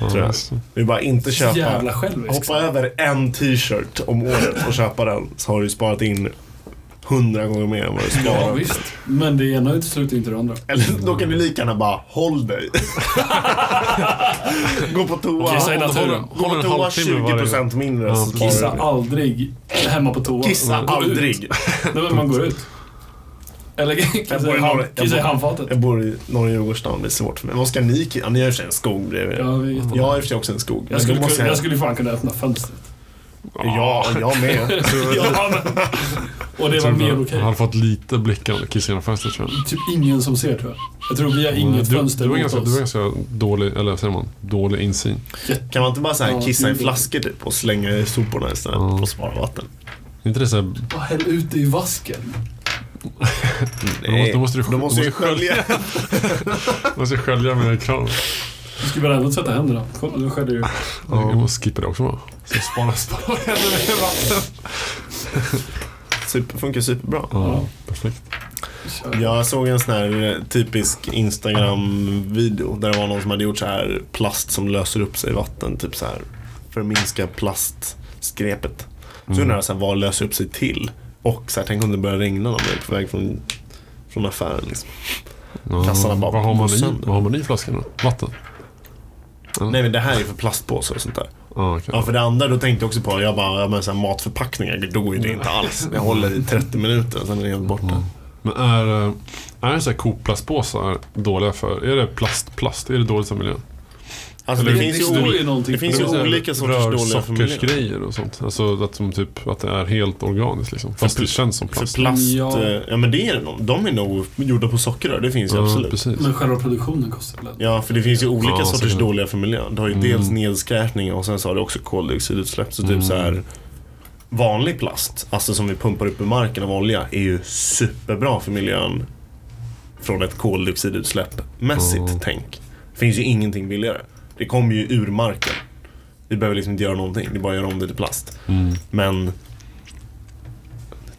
Ja, Tror jag. just det. Vi bara inte köpa. Jävla självisk. Hoppa över en t-shirt om året och köpa den så har du sparat in hundra gånger mer än vad du Ja, sparar. visst. Men det ena utesluter inte det andra. Eller då kan du lika gärna bara, håll dig. Gå på toa. Kissa i naturen. Gå på toa 20% mindre. Ja, så precis. sparar du. Kissa aldrig hemma på toa. Kissa Gå ut. aldrig. Nej, men man går ut. Eller kissa bor i, i hand, Norge. Jag kissa i bor- handfatet. Jag bor i norra Djurgårdsstaden, det är svårt för mig. Vad ska ni ki- ja, Ni har i och för sig en skog bredvid er. Ja, vi är jätte- Jag har i och för sig också en skog. men jag, skulle, då måste kunna- jag skulle fan kunna öppna fönstret. Ja, jag med. Ja, men. Och det var Tror du mer det? okej. Han har fått lite blickar av Kiss genom fönstret tror jag. Typ ingen som ser tror jag. Jag tror vi har inget du, fönster du var mot ganska, oss. du var ganska dålig, eller vad säger man, dålig insyn. Kan man inte bara så här Ja, kissa i det- flaskor typ och slänga i soporna istället och spara vatten? Är inte det så här, Bara häll ut det i vasken. då måste- då måste du- då måste du ju måste skölja. skölja. man ska skölja med krav. Du skulle väl ändå tvätta händerna? Kolla, nu sköljer du. Jag måste skippa det också va? Så spara, spara händerna i vatten. Super, funkar superbra. Ja, perfekt. Kör. Jag såg en sån här eh, typisk Instagram-video där det var någon som hade gjort så här plast som löser upp sig i vatten. Typ så här för att minska plastskräpet. Så Mm. undrar jag så här, vad löser upp sig till? Och så här, tänk om det börjar regna när man är på väg från, från affären. Liksom. Ja, Tassarna bara vad, har man i, sönder. vad har man i flaskan då? Vatten? Nej men det här är för plastpåsar och sånt där. Ja, Ah, okej. Ja för det andra då tänkte jag också på, jag bara, ja, men så här, matförpackningar, då går ju det inte alls. Jag håller i 30 minuter, sen är det helt Mm. borta. Men är, eh, är så här Coop-plastpåsar dåliga för? Är det plast-plast? Är det dåligt för miljön? Alltså, det, Eller finns ju, det- ol- ju någonting. det finns ju Det är så här olika sorters dåliga för miljön. Rörsockersgrejer och sånt. Alltså att, som typ, att det är helt organiskt liksom. Fast pl- det känns som För plast. plast, Ja. ja. ja men det är det nog. De är nog gjorda på sockerrör, det finns ju Ja, absolut. Mm. precis. Men själva produktionen kostar väl ändå? Ja, för det finns ju olika Ja, sorters säkert. Mm. dåliga för miljön. Du har ju dels nedskräpning och sen så har du också koldioxidutsläpp. Så typ så här vanlig plast, alltså som vi pumpar upp i marken av olja, är ju superbra för miljön. Från ett koldioxidutsläpp mässigt tänk. Det finns ju ingenting billigare. Det kommer ju ur marken. Vi behöver liksom inte göra någonting, det är bara att göra om det till plast. Mm. Men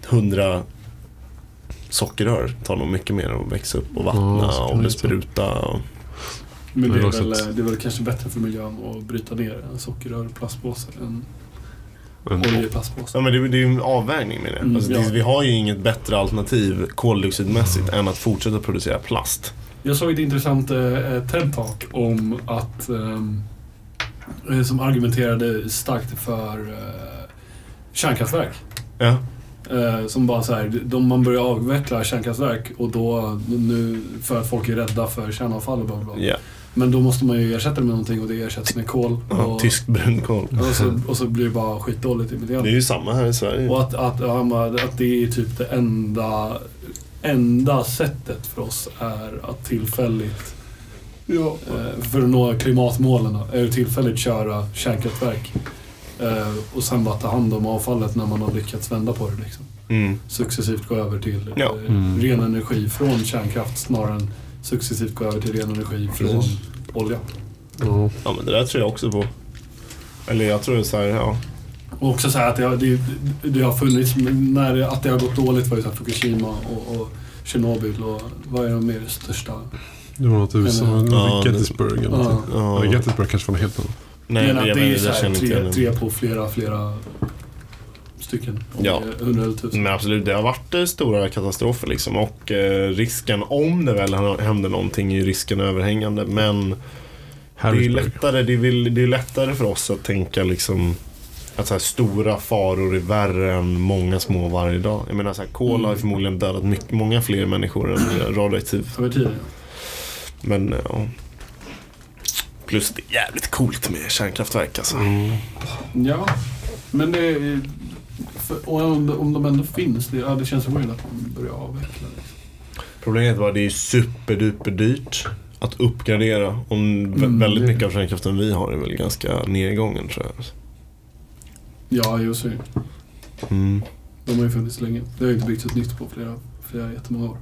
100 sockerrör tar nog mycket mer att växa upp och vattna Ja, så kan och det bespruta. Och... Men det Men är, också väl, att- det är väl kanske bättre för miljön att bryta ner en sockerrör i plastpåse än Men- olja i plastpåse. Ja, men det, det är ju en avvägning med det. Mm, alltså, det ja. Vi har ju inget bättre alternativ koldioxidmässigt än att fortsätta producera plast. Jag såg ett intressant eh, TED-talk om att ehm, eh, som argumenterade starkt för eh, kärnkraftverk. Ja. Eh, som bara så här, de, man börjar avveckla kärnkraftverk och då nu för att folk är rädda för kärnavfall och bla bla. bla. ja. Men då måste man ju ersätta det med någonting och det ersätts med kol. Ja, Och, Tysk brunkol. och, så, och så blir det bara skitdåligt i miljön. Det är ju samma här i Sverige. Och att, att, han bara, att det är typ det enda, enda sättet för oss är att tillfälligt, Ja. eh, för att nå klimatmålen, är att tillfälligt köra kärnkraftverk. Eh, och sen bara ta hand om avfallet när man har lyckats vända på det. Liksom. Mm. Successivt gå över till eh, Ja. Mm. ren energi från kärnkraft snarare än successivt gå över till ren energi från Precis. olja. Ja. ja, men det där tror jag också på. Eller jag tror så här, ja. Och också så här att det, har- det, det har funnits, när det, att det har gått dåligt var ju så här Fukushima och, och Tjernobyl och vad är de mer största? Det var något i USA, Eller- det var Ja, Gettysburg eller Ja. något. eh, Ja. Ja, Gettysburg kanske var helt annat. Nej, men att jag det vet är inte, så jag här känner inte tre, igen det. tre på flera, flera stycken. Om Ja. det är hundra eller tusen. Men absolut, det har varit eh, stora katastrofer liksom. Och eh, risken, om det väl händer någonting, är ju risken överhängande. Men Det är, ju Harrisburg. lättare, det, är väl, det är lättare för oss att tänka liksom att så här stora faror är värre än många små varje dag. Jag menar, så här, kol har ju förmodligen dödat mycket, många fler människor än radioaktiv. Över tiden. Men eh, ja. Plus det är jävligt coolt med kärnkraftverk alltså. Ja, men det är, för, och om, de- om de ändå finns, det, ja, det känns weird att man börjar avveckla. det. Problemet var att det är superduper dyrt att uppgradera. Och vä- Mm, väldigt det- mycket av kärnkraften vi har är väl ganska nedgången tror jag. Ja, jo, så är det. Mm. De har ju funnits länge. Det har ju inte byggts ett nytt på flera, flera jättemånga år.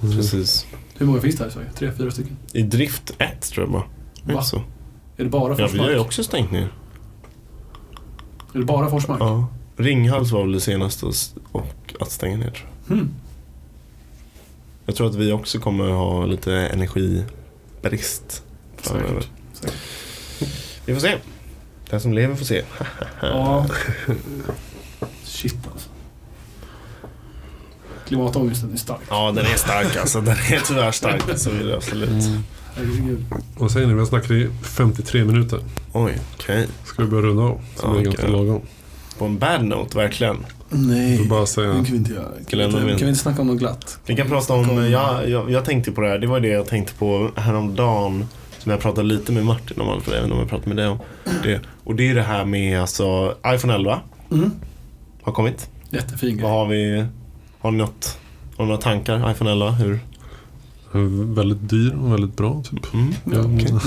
Precis. Hur många finns det här i Sverige? Tre, fyra stycken? I drift ett tror jag bara. Är Va? det så? Är det bara Ja, vi har Forsmark? ju också stängt ner. är det bara Forsmark? Ja. Ringhals var väl det senaste och, och att stänga ner tror jag. Hmm. Jag tror att vi också kommer ha lite energibrist framöver. Säkert. Säkert. Vi får se. Den som lever får se. Ja. Shit alltså. Klimatångesten är stark. Ja, den är stark alltså. Den är tyvärr stark. Så vi absolut. Mm. Herregud. Vad säger ni? Vi har snackat i 53 minuter. Oj, okej. Ska vi börja runda av? Som Ja, är ganska okej. lagom. På en bad note, verkligen. Jag vill Nej. bara Det säga... kan vi inte göra. Kan vi lämna inte, min- kan vi inte snacka om något glatt? Vi kan prata om, jag, jag, jag tänkte på det här, det var det jag tänkte på häromdagen. som jag pratade lite med Martin om, Alfred, även om jag pratade med dig om det. Och det är det här med alltså, iPhone 11 Mm. har kommit. Jättefin Vad grej. har vi? Har ni något? Har ni några tankar? iPhone 11? Hur? Mm. Väldigt dyr och väldigt bra typ. Mm.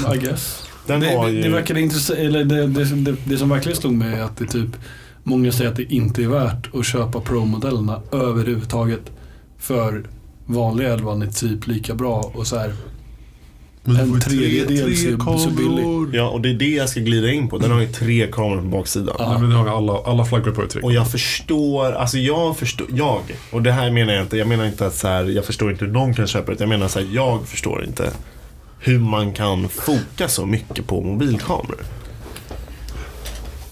Ja, I guess. Den det, har det, ju... det verkade intressant, eller det, det, som- det, det som verkligen slog mig är att det typ Många säger att det inte är värt att köpa Pro-modellerna överhuvudtaget. För vanliga 11 är typ lika bra och så här. Men En det var ju tre- tredjedel tre så- så kameror. billig. Ja, och det är det jag ska glida in på. Den har ju tre kameror på baksidan. Ja. Nej, men det har vi alla, alla flaggor på i tre. Och jag förstår, alltså jag förstår, jag, och det här menar jag inte, jag menar inte att så här, jag förstår inte hur någon kan köpa det, jag menar så här, jag förstår inte hur man kan foka så mycket på mobilkameror.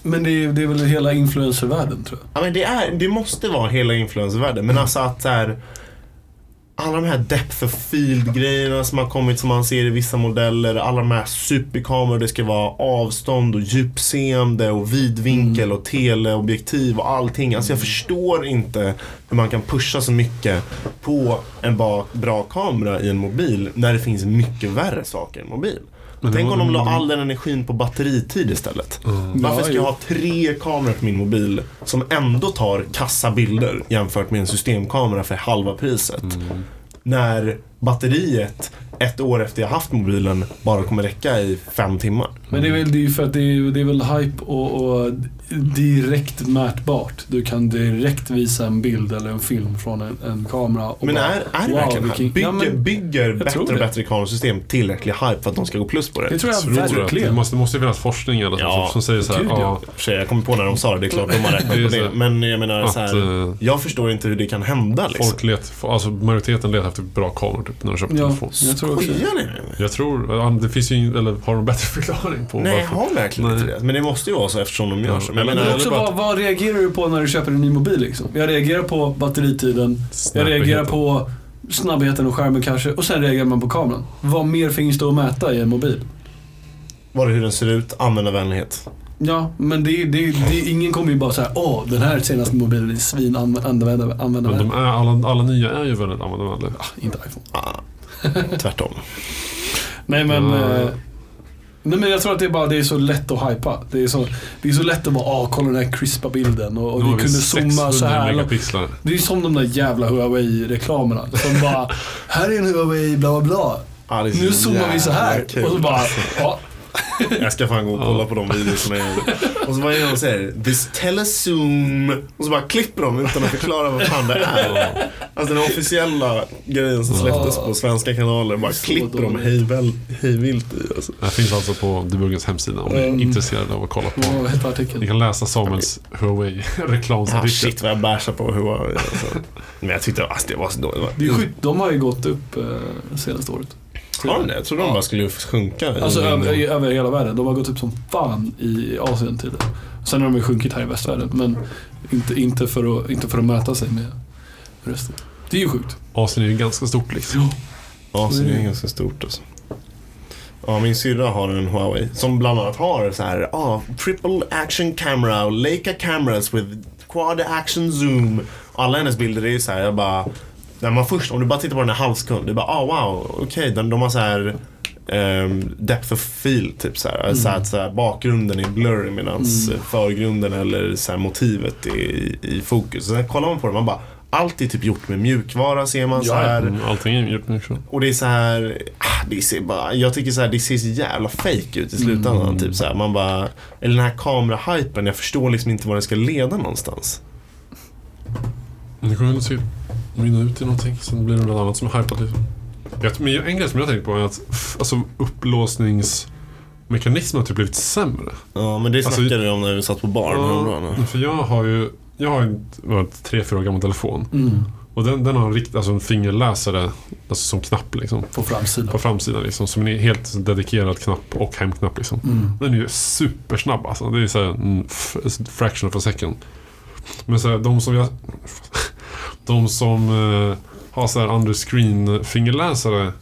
Men det är, det är väl hela influencervärlden tror jag. Ja men det, är, det måste vara hela influencervärlden, Mm. men alltså att så här, alla de här depth of field grejerna som har kommit som man ser i vissa modeller, alla de här superkameror, det ska vara avstånd och djupseende och vidvinkel Mm. och teleobjektiv och allting. Alltså jag förstår inte hur man kan pusha så mycket på en ba- bra kamera i en mobil när det finns mycket värre saker i en mobil. Men det Tänk var- om de la all den energin på batteritid istället. Varför ska jag Ja, jo. ha tre kameror på min mobil som ändå tar kassa bilder jämfört med en systemkamera för halva priset? När batteriet ett år efter jag haft mobilen bara kommer räcka i fem timmar. Men det är väl det är ju för att det är, det är väl hype och, och direkt mätbart. Du kan direkt visa en bild eller en film från en, en kamera. Och Men bara, är, är det wow, verkligen här? vilken- Bygger, Ja, men bygger bättre tror och det. bättre kamerasystem tillräcklig hype för att de ska gå plus på det? Det tror jag Tror jag. Det verkligen. måste, det måste ju finnas forskning eller så, Ja, som säger så här, gud, ja, ja. I och för sig, jag kommer på när de sa det, det är klart de har räknat Det är på så det. här. Men jag menar så att här, eh, jag förstår inte hur det kan hända liksom. folk let, alltså majoriteten letar efter bra kameror typ, när de köper Ja. telefon. Jag tror också det. Skojar ni med mig? Jag tror, eh, det finns ju ingen, eller har de bättre förklaring på Nej, jag varför? har verkligen inte Nej. det. Men det måste ju vara så eftersom de gör Ja, så. men Men jag Men menar, också, Eller bara- vad, vad reagerar du på när du köper en ny mobil? Liksom? Jag reagerar på batteritiden, jag reagerar på snabbheten och skärmen kanske och sen reagerar man på kameran. Vad mer finns det att mäta i en mobil? Var det hur den ser ut, användarvänlighet. Ja, men det, är- det, är- det, är- ingen kommer ju bara säga åh, den här senaste mobilen är svin användarvänlig. Men de är, alla, alla nya är ju väldigt användarvänliga. Inte iPhone. Ah, tvärtom. Nej men, Ja. eh, nej men jag tror att det är bara det är så lätt att hypa. Det är så, det är så lätt att bara, ah, kolla den här crispa bilden och, och Nu vi har vi kunde zooma så 600 här. långt. megapixlar. Det är som de där jävla Huawei-reklamerna som bara, här är en Huawei bla bla bla. Ah, det är så Nu zoomar vi så här. jävla kul. Och så bara, ja. Jag ska fan gå och kolla på de videorna jag gjorde. Och så vad är det de säger? This telezoom. Och så bara klipper de utan att förklara vad fan det är. Alltså den officiella grejen som släpptes på svenska kanaler. Bara Så klipper de dåligt. hejväl- hejvilt i. Alltså. Det här finns alltså på Debuggens hemsida om ni är Mm. intresserade av att kolla på. Vad hette Ni artikeln? kan läsa Samuels Ah, Huawei-reklamsartikel. shit vad jag bärsar på Huawei. Alltså. Men jag tyckte alltså, det var så dåligt. Det är skit, de har ju gått upp eh, senaste året. Har de det? Jag trodde de bara skulle sjunka. i- Alltså över, i- över hela världen. De har gått upp som fan i Asien tidigare. Sen har de ju sjunkit här i västvärlden. Men inte, inte, för, att, inte för att möta sig med resten. Det är ju sjukt. Asien är ju ganska stort liksom. Ja, så Oj. det är ganska stort alltså. Ja, min syrra har en Huawei som bland annat har så här, ja, triple action camera och Leica cameras with quad action zoom. Alla hennes bilder är ju så här, jag bara, när man först, om du bara tittar på den här halvsekund, du bara, ah wow, okej, den, de har så här ehm, depth of field, typ så här. Så att så här, bakgrunden är blurry medan förgrunden eller så här, motivet är i, i fokus. Så här, kollar man på det, man bara, allt är typ gjort med mjukvara ser man så här. Mm, Allting är ju mycket så. Och det är så här, ah, det ser bara, jag tycker så här, det ser så jävla fake ut i slutändan. Typ så här, man bara, eller den här kamerahypen, jag förstår liksom inte var den ska leda någonstans. Men Det kommer väl se- mynna ut i någonting. Sen blir det något annat som är hypat liksom. Jag, men en grej som jag tänker på är att f- alltså, upplåsningsmekanismen har typ blivit sämre. Ja, men det Alltså, snackade vi om när vi satt på baren häromdagen. för jag har ju jag har en vad, tre, fyra år gammal telefon. Mm. Och den, den har en, rikt, alltså en fingerläsare alltså som knapp liksom. På framsidan. På framsidan liksom. Som en helt dedikerad knapp och hemknapp liksom. Mm. Den är ju supersnabb alltså. Det är så här en f- fraction of a second. Men så här, de som jag... De som eh, har så här underscreen fingerläsare.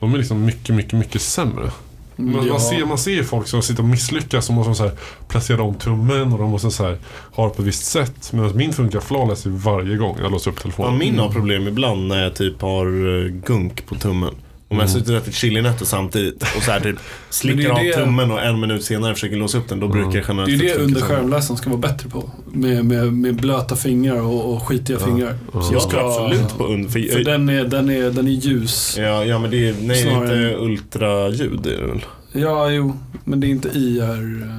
De är liksom mycket, mycket, mycket sämre. Men Ja. man, ser, man ser ju folk som sitter och misslyckas och måste så här placera om tummen och de måste så här ha det på ett visst sätt. Medan min funkar flawless varje gång jag låser upp Ja, telefonen. min har problem ibland när jag typ har eh, gunk på tummen. Om jag sitter och äter chilinötter samtidigt och så här typ Men slickar det är av det- tummen och en minut senare försöker låsa upp den, då brukar jag Det är ju generellt typ det sett under funka så. skärmläsaren ska vara bättre på. Med, med, med blöta fingrar och, och skitiga fingrar. Så Jag tror absolut på under... För, För den är, den är, den är ljus. ja, ja, men det är, nej, det är Snarare- inte ultraljud är det väl? Ja, jo. Men det är eh, inte IR...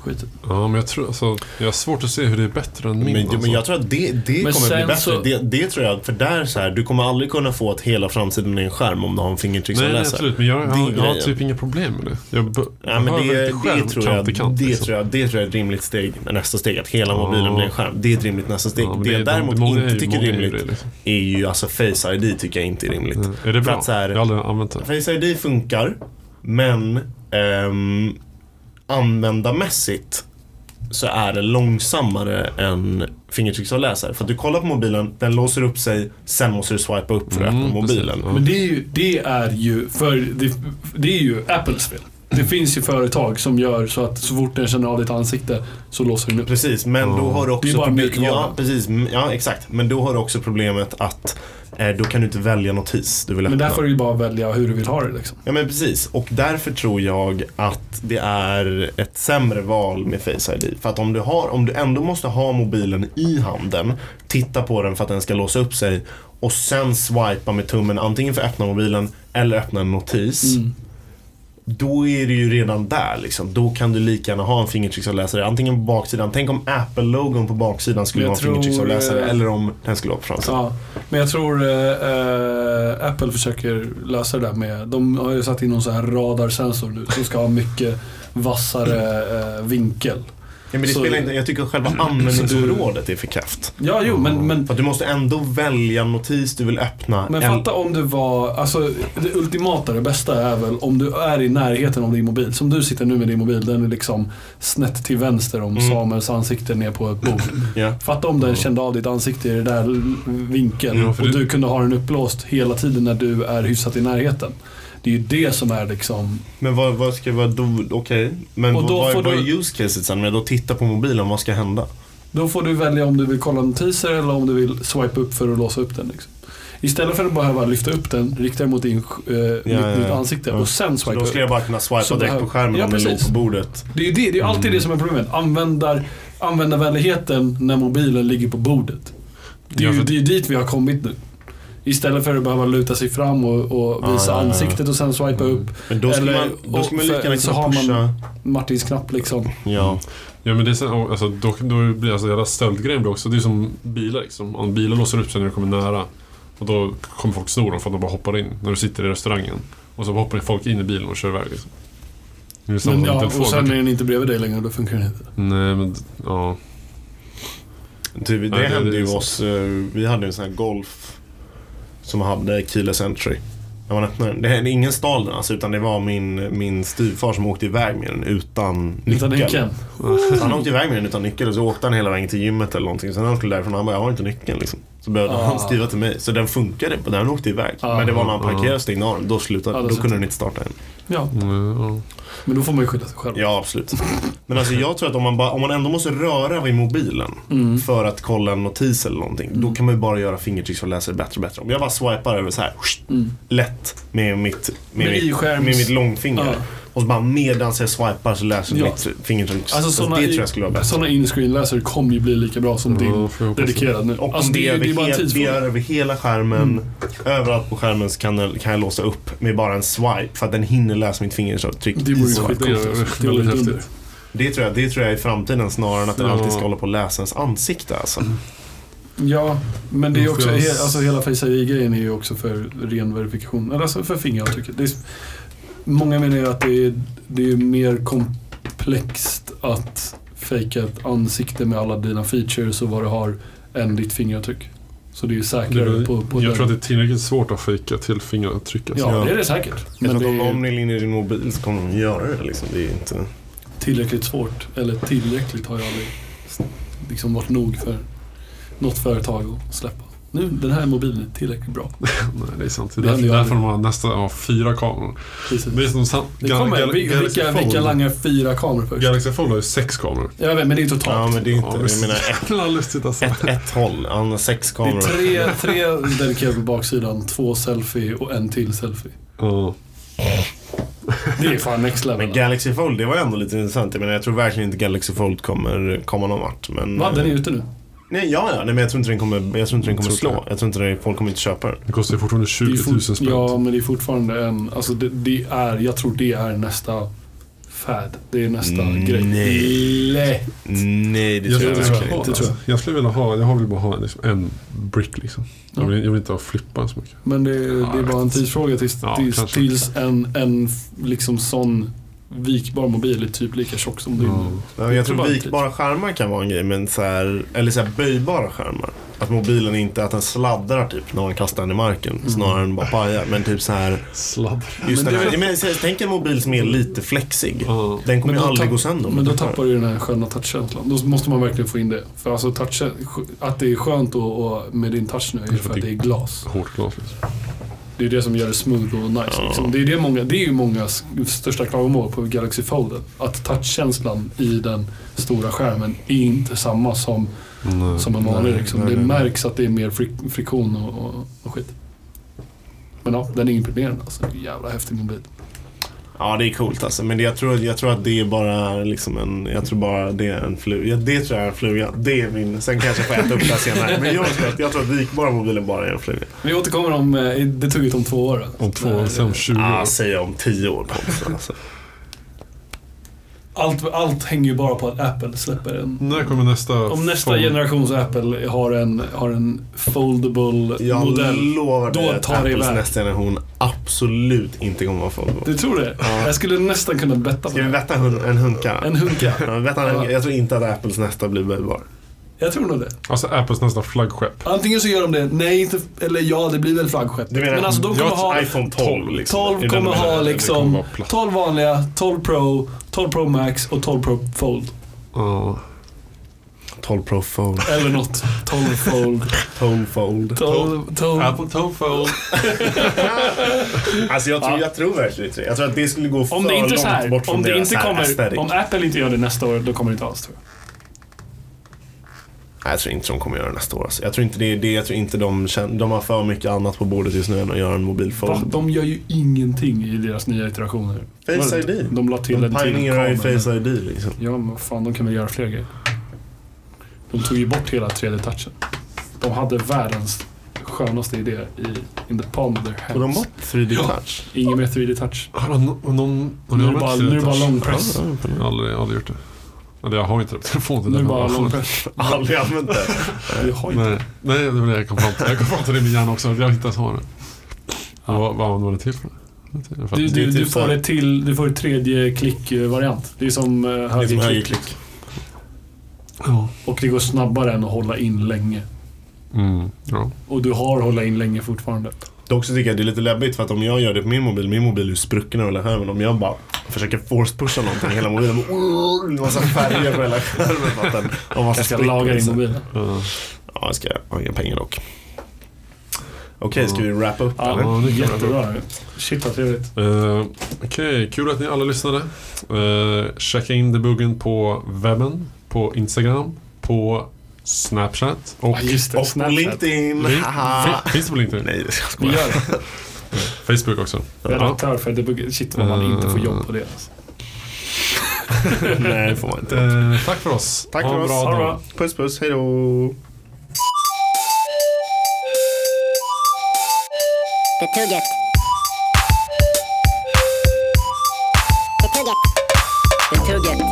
Skitet. Ja, men jag tror alltså, jag har svårt att se hur det är bättre än min. Men, alltså. men jag tror att det, det Men kommer bli sen bättre. så- Det, det tror jag, för där så här, du kommer aldrig kunna få att hela framsidan är en skärm om du har en Nej, nej, fingertrycksavläsare. absolut. Men jag, jag, har- Liksom, Det är jag har grejen. typ inga problem med det. Jag be- Ja, men behöver det, inte skärm det, tror jag, kant till kant, det, liksom. tror jag, det tror jag är ett rimligt steg, nästa steg. Att hela Ja. mobilen blir en skärm. Det är ett rimligt nästa steg. Ja, men det jag de- däremot många är inte ju- tycker är många är ju rimligt det, liksom. Mm. är ju alltså Face ID tycker jag inte är rimligt. Är det För bra? att så här- jag har aldrig använt det. Face ID funkar, men ehm, användarmässigt så är det långsammare än fingertrycksavläsare. För att du kollar på mobilen, den låser upp sig, sen måste du swipa upp för att Mm, öppna mobilen. precis, ja. Men det är ju, det är ju, för det, det är ju Apples fel. Mm. Det finns ju företag som gör så att så fort den känner av ditt ansikte så låser den upp. Precis, men då har du också... Det är bara proble- mjukvara. ja, precis, Mm, ja, exakt. Men då har du också problemet att eh, då kan du inte välja notis du vill öppna. Men där får du ju bara välja hur du vill ha det liksom. Ja men precis, och därför tror jag att det är ett sämre val med Face ID. För att om du, har, om du ändå måste ha mobilen i handen, titta på den för att den ska låsa upp sig och sen swipa med tummen antingen för att öppna mobilen eller öppna en notis. Mm. Då är du ju redan där liksom. Då kan du lika gärna ha en fingertrycksavläsare antingen på baksidan. Tänk om Apple-logon på baksidan skulle Jag vara en tror, fingertrycksavläsare eh, eller om den skulle vara på framsidan. Ja, men jag tror eh, eh, Apple försöker lösa det där med... De har ju satt in någon sån här radarsensor nu som ska ha mycket vassare eh, vinkel. Ja, men det så- spelar inte, jag tycker själva användningsområdet är för kräft. Ja, jo, men, men, För att du måste ändå välja notis du vill öppna. men El- fatta om du var... Alltså, det ultimata, det bästa är väl om du är i närheten av din mobil. Som du sitter nu med din mobil, den är liksom snett till vänster om Samuels ansikte ner på ett bord. Ja. Fatta om den kände av ditt ansikte i den där l- vinkeln Ja, för och det- du kunde ha den uppblåst hela tiden när du är hyfsat i närheten. Det är ju det som är liksom... Men vad, vad ska vara då? Okej. Men Och vad, då vad, får vad är du- use caset sen? Men då titta på mobilen, vad ska hända? Då får du välja om du vill kolla notiser eller om du vill swipa upp för att låsa upp den. Liksom. Istället för att bara lyfta upp den, rikta den mot din, eh, ja, ditt ja. ansikte Ja. och sen Så swipa då upp. skulle jag bara kunna Så swipa det direkt här- på skärmen Ja, om den låg precis. på bordet. Det är ju det, det är ju alltid Mm. det som är problemet. Användar, användarvänligheten när mobilen ligger på bordet. Det är, Ja, ju, för- det är ju dit vi har kommit nu. Istället för att behöva luta sig fram och, och visa ja, ja, ja. ansiktet och sen swipa upp. Men då skulle Eller- man, då skulle man och lika gärna för- så kunna har man- pusha. Martins knapp liksom. Ja. Ja men det är så, alltså, då, då blir alltså hela stöldgrejen blir också, det är som bilar liksom. Om bilar låser upp sig när du kommer nära. Och då kommer folk sno dem för att de bara hoppar in när du sitter i restaurangen. Och så hoppar folk in i bilen och kör iväg liksom. Det är samma Men, som ja, telefon. och sen är den inte bredvid dig längre och då funkar den inte. Nej men, ja. Typ, det det- hände det är ju sant. oss. eh, Vi hade en sån här golf som hade keyless entry. När man öppnade den. Det hände ingen stal den alltså, utan det var min, min styvfar som åkte iväg med den utan Utan den nyckel. kan. Så han åkte iväg med den utan nyckel och så åkte han hela vägen till gymmet eller någonting. Sen när han skulle därifrån han bara, jag har inte nyckeln liksom. Så började Ah. han skriva till mig. Så den funkade, men den åkte iväg. Ah. Men det var när han parkerade och stängde av den, då, Ja, slutade, då då slutade. kunde den inte starta än. Ja, Mm, ja. men då får man ju skylla sig själv. Ja, absolut. Men alltså jag tror att om man, bara, om man ändå måste röra vid mobilen Mm. för att kolla en notis eller någonting. Då kan man ju bara göra fingertrycksavläsare bättre och bättre. Om jag bara swipar över så här, lätt med mitt, med Mm. Med mitt, med i-skärms- mitt långfinger. Ja. Och så bara medan jag swipar så läser Ja. mitt fingertryck. Alltså så det sådana, tror jag skulle vara bäst. sådana in-screen-läsare kommer ju bli lika bra som din får jag hoppas det. dedikerad nu. Och Alltså, om det, det, är- är det är bara en över he- det tidsfråga. Mm. är över hela skärmen, överallt på skärmen så kan, den, kan jag låsa upp med bara en swipe för att den hinner läsa mitt fingeravtryck. Det i vore ju swipe. Det är skitcoolt. Det vore väldigt ju dunder. häftigt. det, tror jag, det tror jag är framtiden snarare än att den Ja. alltid ska hålla på och läsa ens ansikte. Alltså. Mm. Ja, men det är Då får också, jag he, s- alltså hela Face ID-grejen är ju också för ren verifikation. Eller alltså för fingeravtrycket. Det är, s- många menar ju att det är, det är mer komplext att fejka ett ansikte med alla dina features och vad du har än ditt fingeravtryck. Så det är ju Det är säkrare väl- på, på jag den. tror att det är tillräckligt svårt att fejka till fingeravtryck. Alltså. Ja, Ja. det är det säkert. Jag Men det tror att om är ni ringer i din mobil så kommer de göra det. Liksom. Det är inte... tillräckligt svårt. Eller tillräckligt har jag aldrig s- liksom varit nog för något företag att släppa. Nu, den här mobilen är tillräckligt bra. Nej, det är sant. Det är Det händer därför, ju därför de aldrig. har nästan ja, fyra kameror. Precis. Det är som sant. Det kommer. Vi- Vilka, vilka langar fyra kameror först? Galaxy Fold har ju sex kameror. Jag vet, men det är Ja, totalt. men det är inte... Ja, jag visst. menar, ett, Jävla lustigt alltså. ett, ett håll. Han har sex Det kameror. är tre, tre dedikerade på baksidan, två selfie och en till selfie. Ja. Det är fan next level. alltså. Men Galaxy Fold, det var ändå lite intressant. Jag menar, jag tror verkligen inte Galaxy Fold kommer komma någon vart. Men, Va, den är ute nu. Nej, ja, ja. Nej, men jag tror inte den kommer, jag tror inte den kommer Tror slå. jag. Jag tror inte det, folk kommer inte köpa den. Det kostar ju fortfarande Det är 20 fort- 000 spänn. Ja, men det är fortfarande en... Alltså det, det är, jag tror det är nästa fad. Det är nästa Nej. grej. Nej. Nej, det tror Jag skulle, jag det vilja tror verkligen ha, jag. inte. Det tror alltså. jag skulle vilja ha, jag vill bara ha liksom en brick liksom. Jag Ja. vill, jag vill inte ha flippa så mycket. Men det, det är bara en tidsfråga tills, Ja, tills, kanske. tills en, en f- liksom sån vikbar mobil är typ lika tjock som din. Ja. Ja, jag Jag tror tror bara vikbara skärmar kan vara en grej, men så här, eller så här böjbara skärmar. Att mobilen inte, att den sladdrar typ när man kastar den i marken. Snarare än bara pajar. Men typ så här, Sladd. just Mm. Men den det här. är- Jag menar, så här, tänk en mobil som är lite flexig. Ja. Den kommer Men ju då aldrig tapp- gå sönder. om Men du då tappar den. tappar du ju den här sköna touchkänslan. Då måste man verkligen få in det. För alltså touch, att det är skönt och, och med din touch nu är ju för att det är glas. Hårt glas liksom. Det är det som gör det smooth och nice. Ja. Liksom. Det, är det, många, det är ju mångas största klagomål på Galaxy Folden. Att touchkänslan i den stora skärmen är inte samma som, Nej. som en vanlig. Nej, Liksom. nej, Det nej, nej. märks att det är mer frik, friktion och, och, och skit. Men ja, den är imponerande alltså. Jävla häftig mobil. Ja, det är coolt alltså. Men det, jag, tror, jag tror att det är bara liksom en... Jag tror bara det är en fluga. Ja, det tror jag är en fluga. Det är min... Sen kanske jag får äta upp det här senare. Men jag tror att, jag tror att vikbara mobilen bara är en fluga. Vi återkommer om, eh, det tog om två år. Om två år, sen om 20 Mm. Ah, år. säger jag om tio år kompis. Alltså. Allt, allt hänger ju bara på att Apple släpper en När kommer nästa? Om nästa Fold? generations Apple har en, har en foldable Jag modell. lovar Då dig att tar det Apples iväg. nästa generation absolut inte kommer vara foldable. Du tror det? Jag skulle nästan kunna betta på Ska vi det. vetta hun, en hunka? En hunka. Ja, vetta en hunka. Jag tror inte att Apples nästa blir böjbar. Jag tror nog det. Alltså Apples nästa flaggskepp. Antingen så gör de det, nej inte, eller ja det blir väl flaggskepp. Du menar- Men alltså de kommer jag- ha, iPhone 12 liksom. 12 Är den kommer du menar? ha det kommer liksom vara platt. 12 vanliga, 12 Pro, 12 Pro Max och 12 Pro Fold. Ja. 12 Pro Fold. Eller något. 12 Fold. 12 Fold. 12, 12. Apple Toe Fold. Alltså jag tror, jag tror verkligen inte det. Jag tror att det skulle gå för Om det inte långt så här, bort från om det deras inte här kommer, aesthetic. om Apple inte gör det nästa år, då kommer det inte alls tror jag. Nej, jag tror inte de kommer göra det nästa år. Alltså. Jag tror inte det är det. Jag tror inte de känner, De har för mycket annat på bordet just nu än att göra en Va? mobilfond. De gör ju ingenting i deras nya iterationer. Face Var det ID. inte? De la till De en till pionerar ju kamera. Face ID liksom. Ja, men vad fan, de kan väl göra fler grejer. De tog ju bort hela 3D-touchen. De hade världens skönaste idé i In the palm of their Och de hands. bort 3D touch. Ingen mer 3D-touch. Har de- har någon... har Nu ni är det använt bara- nu 3D är det bara touch? long press. Ja, jag har Aldrig, aldrig gjort det. Eller jag har inte det på telefonen. Nu är det bara Jag har- long press. Aldrig använt det. Vi har ju Nej, nej, det var det jag kom fram till. Jag kom fram till det i min hjärna också. att Jag inte ens har det. Men Vad, vad använder man det till för? Jag vet du, inte. det är du, du typ så får här. det till, du får ett tredje klick-variant. Det är som eh, Det är som högerklick. högerklick. Ja. Och det går snabbare än att hålla in länge. Mm, ja. Och du har hålla in länge fortfarande. Dock så tycker jag det är lite läbbigt för att om jag gör det på min mobil, min mobil är ju sprucken över hela skärmen. Om jag bara försöker force-pusha någonting hela mobilen. med en massa färger på hela skärmen. för att den- och massa Jag ska sprickor, laga din liksom. mobil. Ja. Ja, jag ska ha inga pengar dock. Okej, ska vi wrapa upp Ja, eller? Ja, det kan jättebra. Shit vad trevligt. Eh, Okej, kul att ni alla lyssnade. Eh, checka in debuggen på webben, på Instagram, på Snapchat och Ja, just det. Och på Snapchat. LinkedIn! Link- Haha. Fin- finns det på LinkedIn? Nej, jag skojar. Vi gör det. Facebook också. Redaktör för debugger. Shit vad man inte får jobb på det. Alltså. Nej, det får man inte. Eh, tack för oss. Tack Ha för en oss. bra Ha det dag. bra. Puss puss, hejdå! The Tugget. The Tugget. The Tugget.